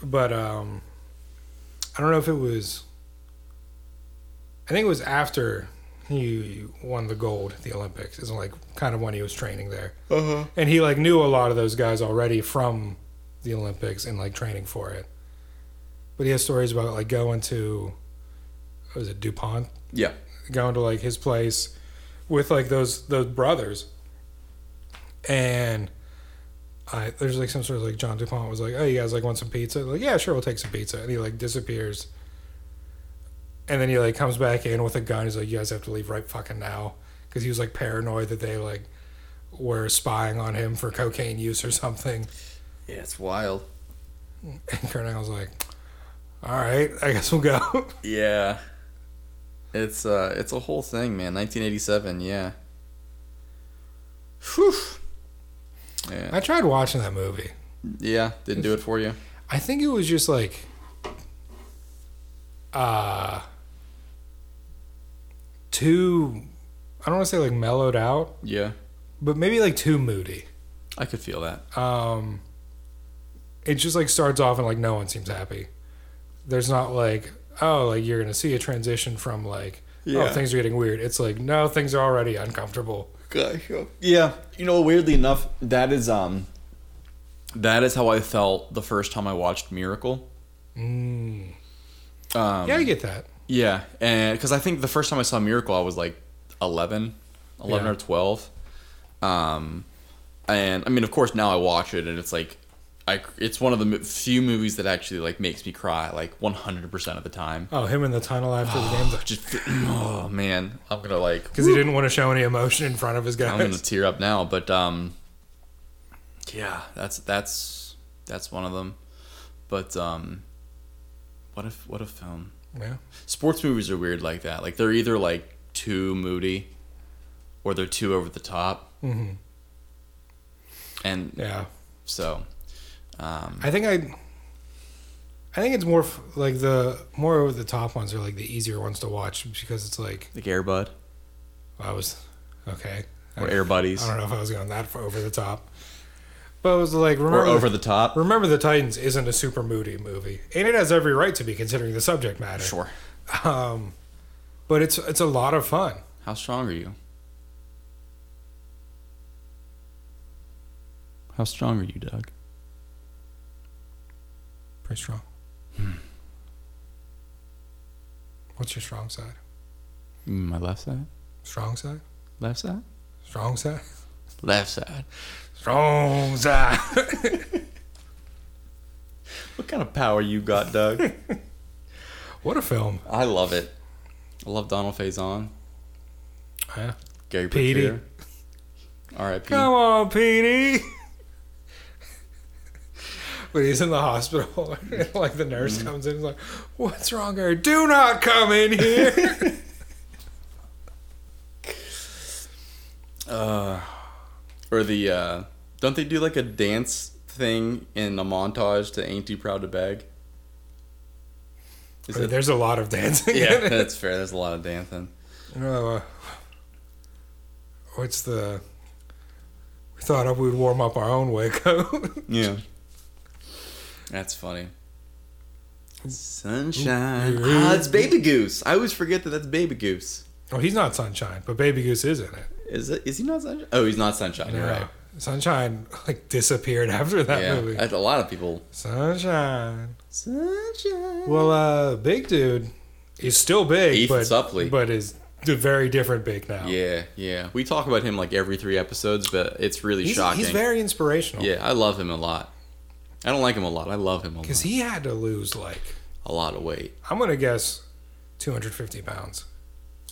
B: But um, I don't know if it was. I think it was after he won the gold at the Olympics. Is like kind of when he was training there, uh-huh. and he like knew a lot of those guys already from the Olympics and like training for it. But he has stories about like going to, what was it Dupont?
A: Yeah.
B: going to like his place with like those those brothers and I there's like some sort of like John DuPont was like, Oh, you guys like want some pizza? Like, yeah, sure, we'll take some pizza and he like disappears And then he like comes back in with a gun. He's like, "You guys have to leave right fucking now," because he was like paranoid that they like were spying on him for cocaine use or something.
A: Yeah, it's wild.
B: And Kurt Angle's like, "All right, I guess we'll go."
A: Yeah. It's uh it's a whole thing, man. 1987, yeah. Whew. Yeah.
B: I tried watching that movie.
A: Yeah, didn't do it for you.
B: I think it was just like, uh, too. I don't want to say like mellowed out,
A: Yeah.
B: but maybe like too moody.
A: I could feel that. Uh,
B: Um, it just like starts off and like no one seems happy. There's not like oh like you're gonna see a transition from like oh
A: Yeah.
B: things are getting weird. It's like no things are already uncomfortable.
A: Yeah, you know, weirdly enough, that is um that is how I felt the first time I watched Miracle. Um,
B: yeah, I get that.
A: Yeah, and because I think the first time I saw Miracle, I was like 11, 11
B: Yeah.
A: or twelve. Um, and I mean, of course, now I watch it, and it's like, I it's one of the mo- few movies that actually like makes me cry like one hundred percent of the time.
B: Oh, him in the tunnel after the game
A: Just oh man, I'm gonna like
B: because he didn't want to show any emotion in front of his
A: I'm gonna
B: guys.
A: tear up now, but um, yeah, that's that's that's one of them. But um, what if what a film?
B: Yeah.
A: Sports movies are weird like that. Like they're either like too moody, or they're too over the top. Mm-hmm. And
B: Yeah.
A: so
B: I think I. I think it's more f- like the more over the top ones are like the easier ones to watch because it's like
A: like Airbud
B: I was okay.
A: or
B: I-
A: Air Buddies
B: I don't know if I was going that far over the top, but it was like remember
A: or Over the Top.
B: Remember the Titans isn't a super moody movie, and it has every right to be considering the subject matter.
A: Sure.
B: but it's it's a lot of fun.
A: How strong are you? How strong are you, Doug?
B: Pretty strong.
A: Hmm.
B: What's your strong side?
A: You mean My left side.
B: Strong side.
A: Left side.
B: Strong side.
A: Left side.
B: Strong side.
A: What kind of power you got, Doug?
B: what a film.
A: I love it. I love Donald Faison,
B: Yeah.
A: Gary
B: Petey.
A: Peter. R.I.P.
B: Come on, Petey. When he's in the hospital, and, like the nurse
A: Mm-hmm.
B: comes in, and like, "What's wrong here? Do not come in here."
A: Or the uh, don't they do like a dance thing in a montage to "Ain't Too Proud to Beg"? Is
B: I mean,
A: it,
B: There's a lot of dancing. in
A: yeah,
B: it.
A: that's fair. There's a lot of dancing.
B: No, uh, what's the? We thought up we'd warm up our own Waco.
A: Yeah, that's funny. Sunshine. Ah, it's Baby Goose. I always forget that that's Baby Goose.
B: well, Oh, he's not Sunshine, but Baby Goose is in it.
A: Is it? Is he not Sunshine? Oh, he's not Sunshine. You're right.
B: Sunshine like disappeared after that
A: Yeah,
B: movie.
A: that's a lot of people.
B: Sunshine.
A: Sunshine.
B: Well, uh, big dude is still big,
A: Ethan
B: but
A: Suplee.
B: but is a very different big now.
A: Yeah, yeah. We talk about him like every three episodes, but it's really
B: he's,
A: shocking.
B: he's very inspirational.
A: yeah, I love him a lot. I don't like him a lot. I love him a lot.
B: because he had to lose like
A: a lot of weight.
B: I'm gonna guess 250 pounds.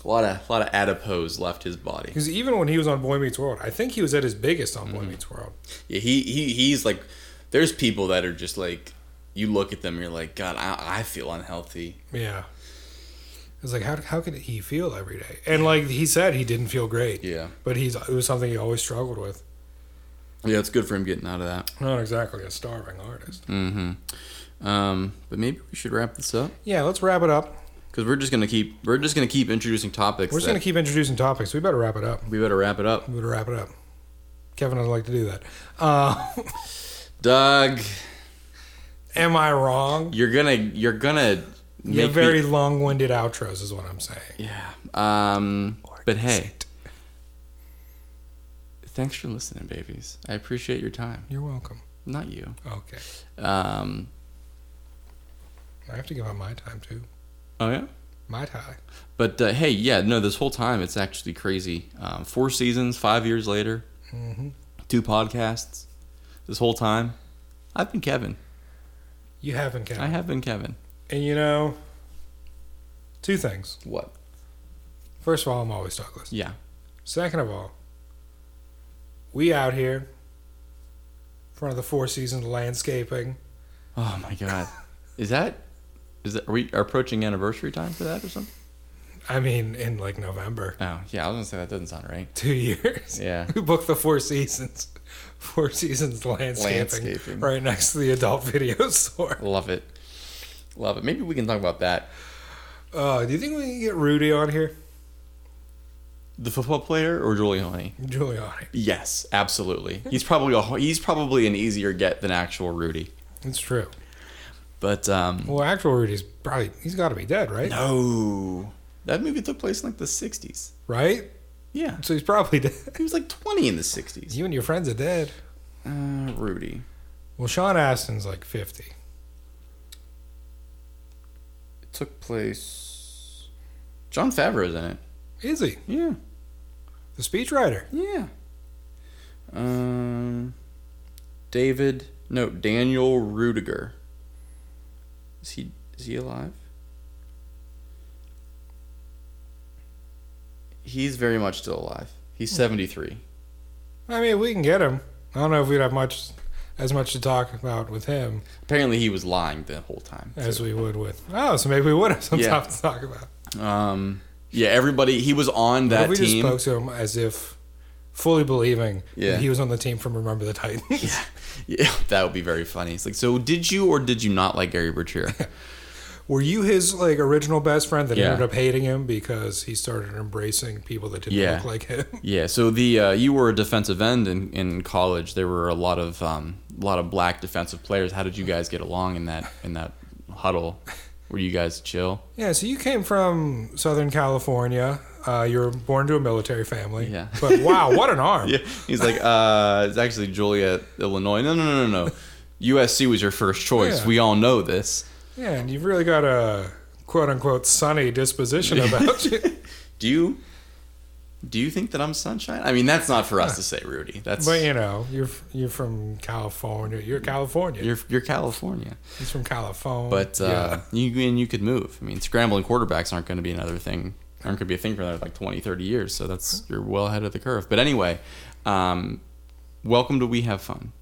A: A lot of a lot of adipose left his body.
B: Because even when he was on Boy Meets World, I think he was at his biggest on Boy
A: Mm-hmm.
B: Meets World.
A: Yeah, he, he he's like there's people that are just like you look at them, you're like, God, I, I feel unhealthy.
B: Yeah. It's like how how could he feel every day? And like he said, he didn't feel great.
A: Yeah.
B: But he's it was something he always struggled with.
A: Yeah, it's good for him getting out of that.
B: Not exactly a starving artist.
A: Mm. Um, but maybe we should wrap this up
B: Yeah, let's wrap it up.
A: because we're just gonna keep we're just gonna keep introducing topics.
B: We're just
A: that-
B: gonna keep introducing topics. We better wrap it up.
A: We better wrap it up,
B: We better wrap it up. Kevin doesn't like to do that. Uh,
A: Doug.
B: am I wrong?
A: You're gonna you're gonna
B: Yeah,
A: make me-
B: very long-winded outros is what I'm saying.
A: Yeah. Um, but hey, thanks for listening, babies. I appreciate your time.
B: You're welcome.
A: Not you.
B: Okay.
A: Um,
B: I have to give up my time too.
A: oh, yeah?
B: My tie.
A: But uh, hey, yeah, no, this whole time it's actually crazy. Um, four seasons, five years later, two podcasts. This whole time, I've been Kevin.
B: You haven't, Kevin.
A: I have been Kevin.
B: And you know, Two things.
A: What?
B: First of all, I'm always Douglas.
A: Yeah.
B: Second of all, we out here in front of the Four Seasons Landscaping.
A: Oh my god. Is that is that are we approaching anniversary time for that or something?
B: I mean, in like November,
A: Oh yeah, I was gonna say that doesn't sound right.
B: two years.
A: Yeah.
B: We booked the Four Seasons, Four Seasons Landscaping,
A: Landscaping.
B: right next to the adult video store.
A: Love it. Love it. Maybe we can talk about that.
B: Uh, do you think we can get Rudy on here?
A: The football player or Giuliani?
B: Giuliani.
A: Yes, absolutely. He's probably a, he's probably an easier get than actual Rudy.
B: It's true.
A: But um
B: Well, actual Rudy's probably he's got to be dead, right?
A: no. That movie took place in like the 60s.
B: Right.
A: Yeah.
B: So he's probably dead.
A: He was like 20 in the 60s.
B: You and your friends are dead.
A: Uh, Rudy.
B: Well, Sean Astin's like fifty.
A: It took place John Favreau's in it.
B: Is he
A: Yeah.
B: the speechwriter?
A: Yeah. Um, David, no, Daniel Rudiger. Is he is he alive? He's very much still alive. He's seventy three.
B: I mean, if we can get him. I don't know if we'd have much as much to talk about with him
A: Apparently, he was lying the whole time.
B: as we would with. Oh, so maybe we would have some
A: Yeah.
B: stuff to talk about.
A: Um, yeah, everybody. He was on
B: But
A: that
B: we just
A: team.
B: spoke to him as if fully believing
A: Yeah.
B: that he was on the team from Remember the Titans.
A: Yeah, that would be very funny. It's like, so did you or did you not like Gary Bertier?
B: Were you his like original best friend that
A: Yeah.
B: ended up hating him because he started embracing people that didn't
A: Yeah.
B: look like him?
A: Yeah, so the uh, you were a defensive end in, in college. There were a lot of um, a lot of black defensive players. How did you guys get along in that in that huddle? Were you guys chill?
B: Yeah, so you came from Southern California. Uh, you were born to a military family.
A: Yeah.
B: But wow, what an arm.
A: Yeah, he's like, uh, it's actually Juliet, Illinois. No, no, no, no, no. USC was your first choice.
B: Yeah.
A: We all know this.
B: Yeah, and you've really got a quote unquote sunny disposition about you.
A: Do you do you think that I'm sunshine? I mean, that's not for us to say, Rudy. That's
B: But you know, you're you're from California. You're California.
A: you're you're California.
B: He's from California.
A: But uh, you and you could move. I mean, scrambling quarterbacks aren't going to be another thing. Aren't going to be a thing for another like 20, 30 years. So that's you're well ahead of the curve. But anyway, um, welcome to We Have Fun.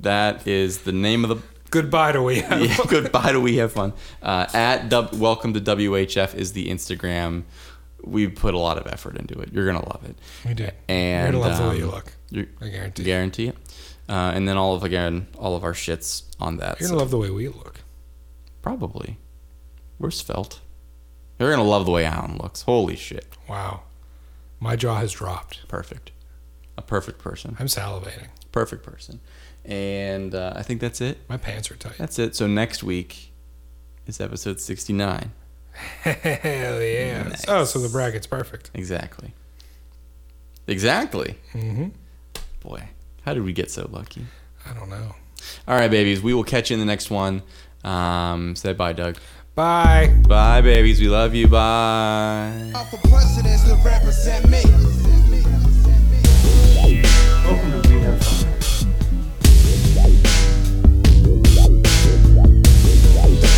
A: That is the name of the.
B: goodbye to we.
A: Yeah, goodbye to We Have Fun. Uh, at w, welcome to WHF is the Instagram. We put a lot of effort into it. You're gonna love it.
B: We did.
A: And
B: you're gonna love the way
A: um,
B: you look.
A: You're,
B: I guarantee. you.
A: guarantee it. Uh, and then all of again, all of our shits on that.
B: You're
A: So-
B: gonna love the way we look.
A: Probably. Where's Felt? They're gonna love the way Alan looks. Holy shit.
B: Wow, my jaw has dropped.
A: Perfect. A perfect person.
B: I'm salivating.
A: Perfect person. And uh, I think that's it.
B: My pants are tight.
A: That's it. So next week is episode 69.
B: Hell yeah. Oh, so the bracket's perfect.
A: Exactly. Exactly. Mm-hmm. Boy, how did we get so lucky?
B: I don't know.
A: All right, babies. We will catch you in the next one. Um, say bye, Doug.
B: Bye.
A: Bye, babies. We love you. Bye.
C: Out for presidents to represent me.
D: Welcome to We Have Fun.
C: The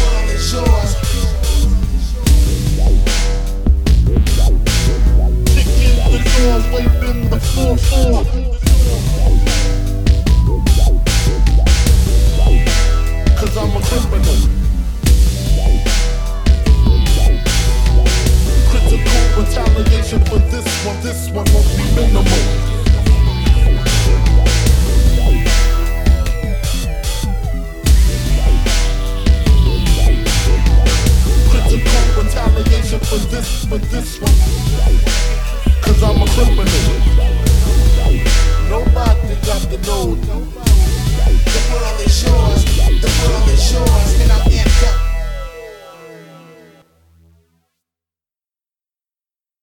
C: world is yours.
E: the doors, waving the full form. Cause I'm a criminal. Critical retaliation for this one, this one won't be minimal. Critical retaliation for this, for this one.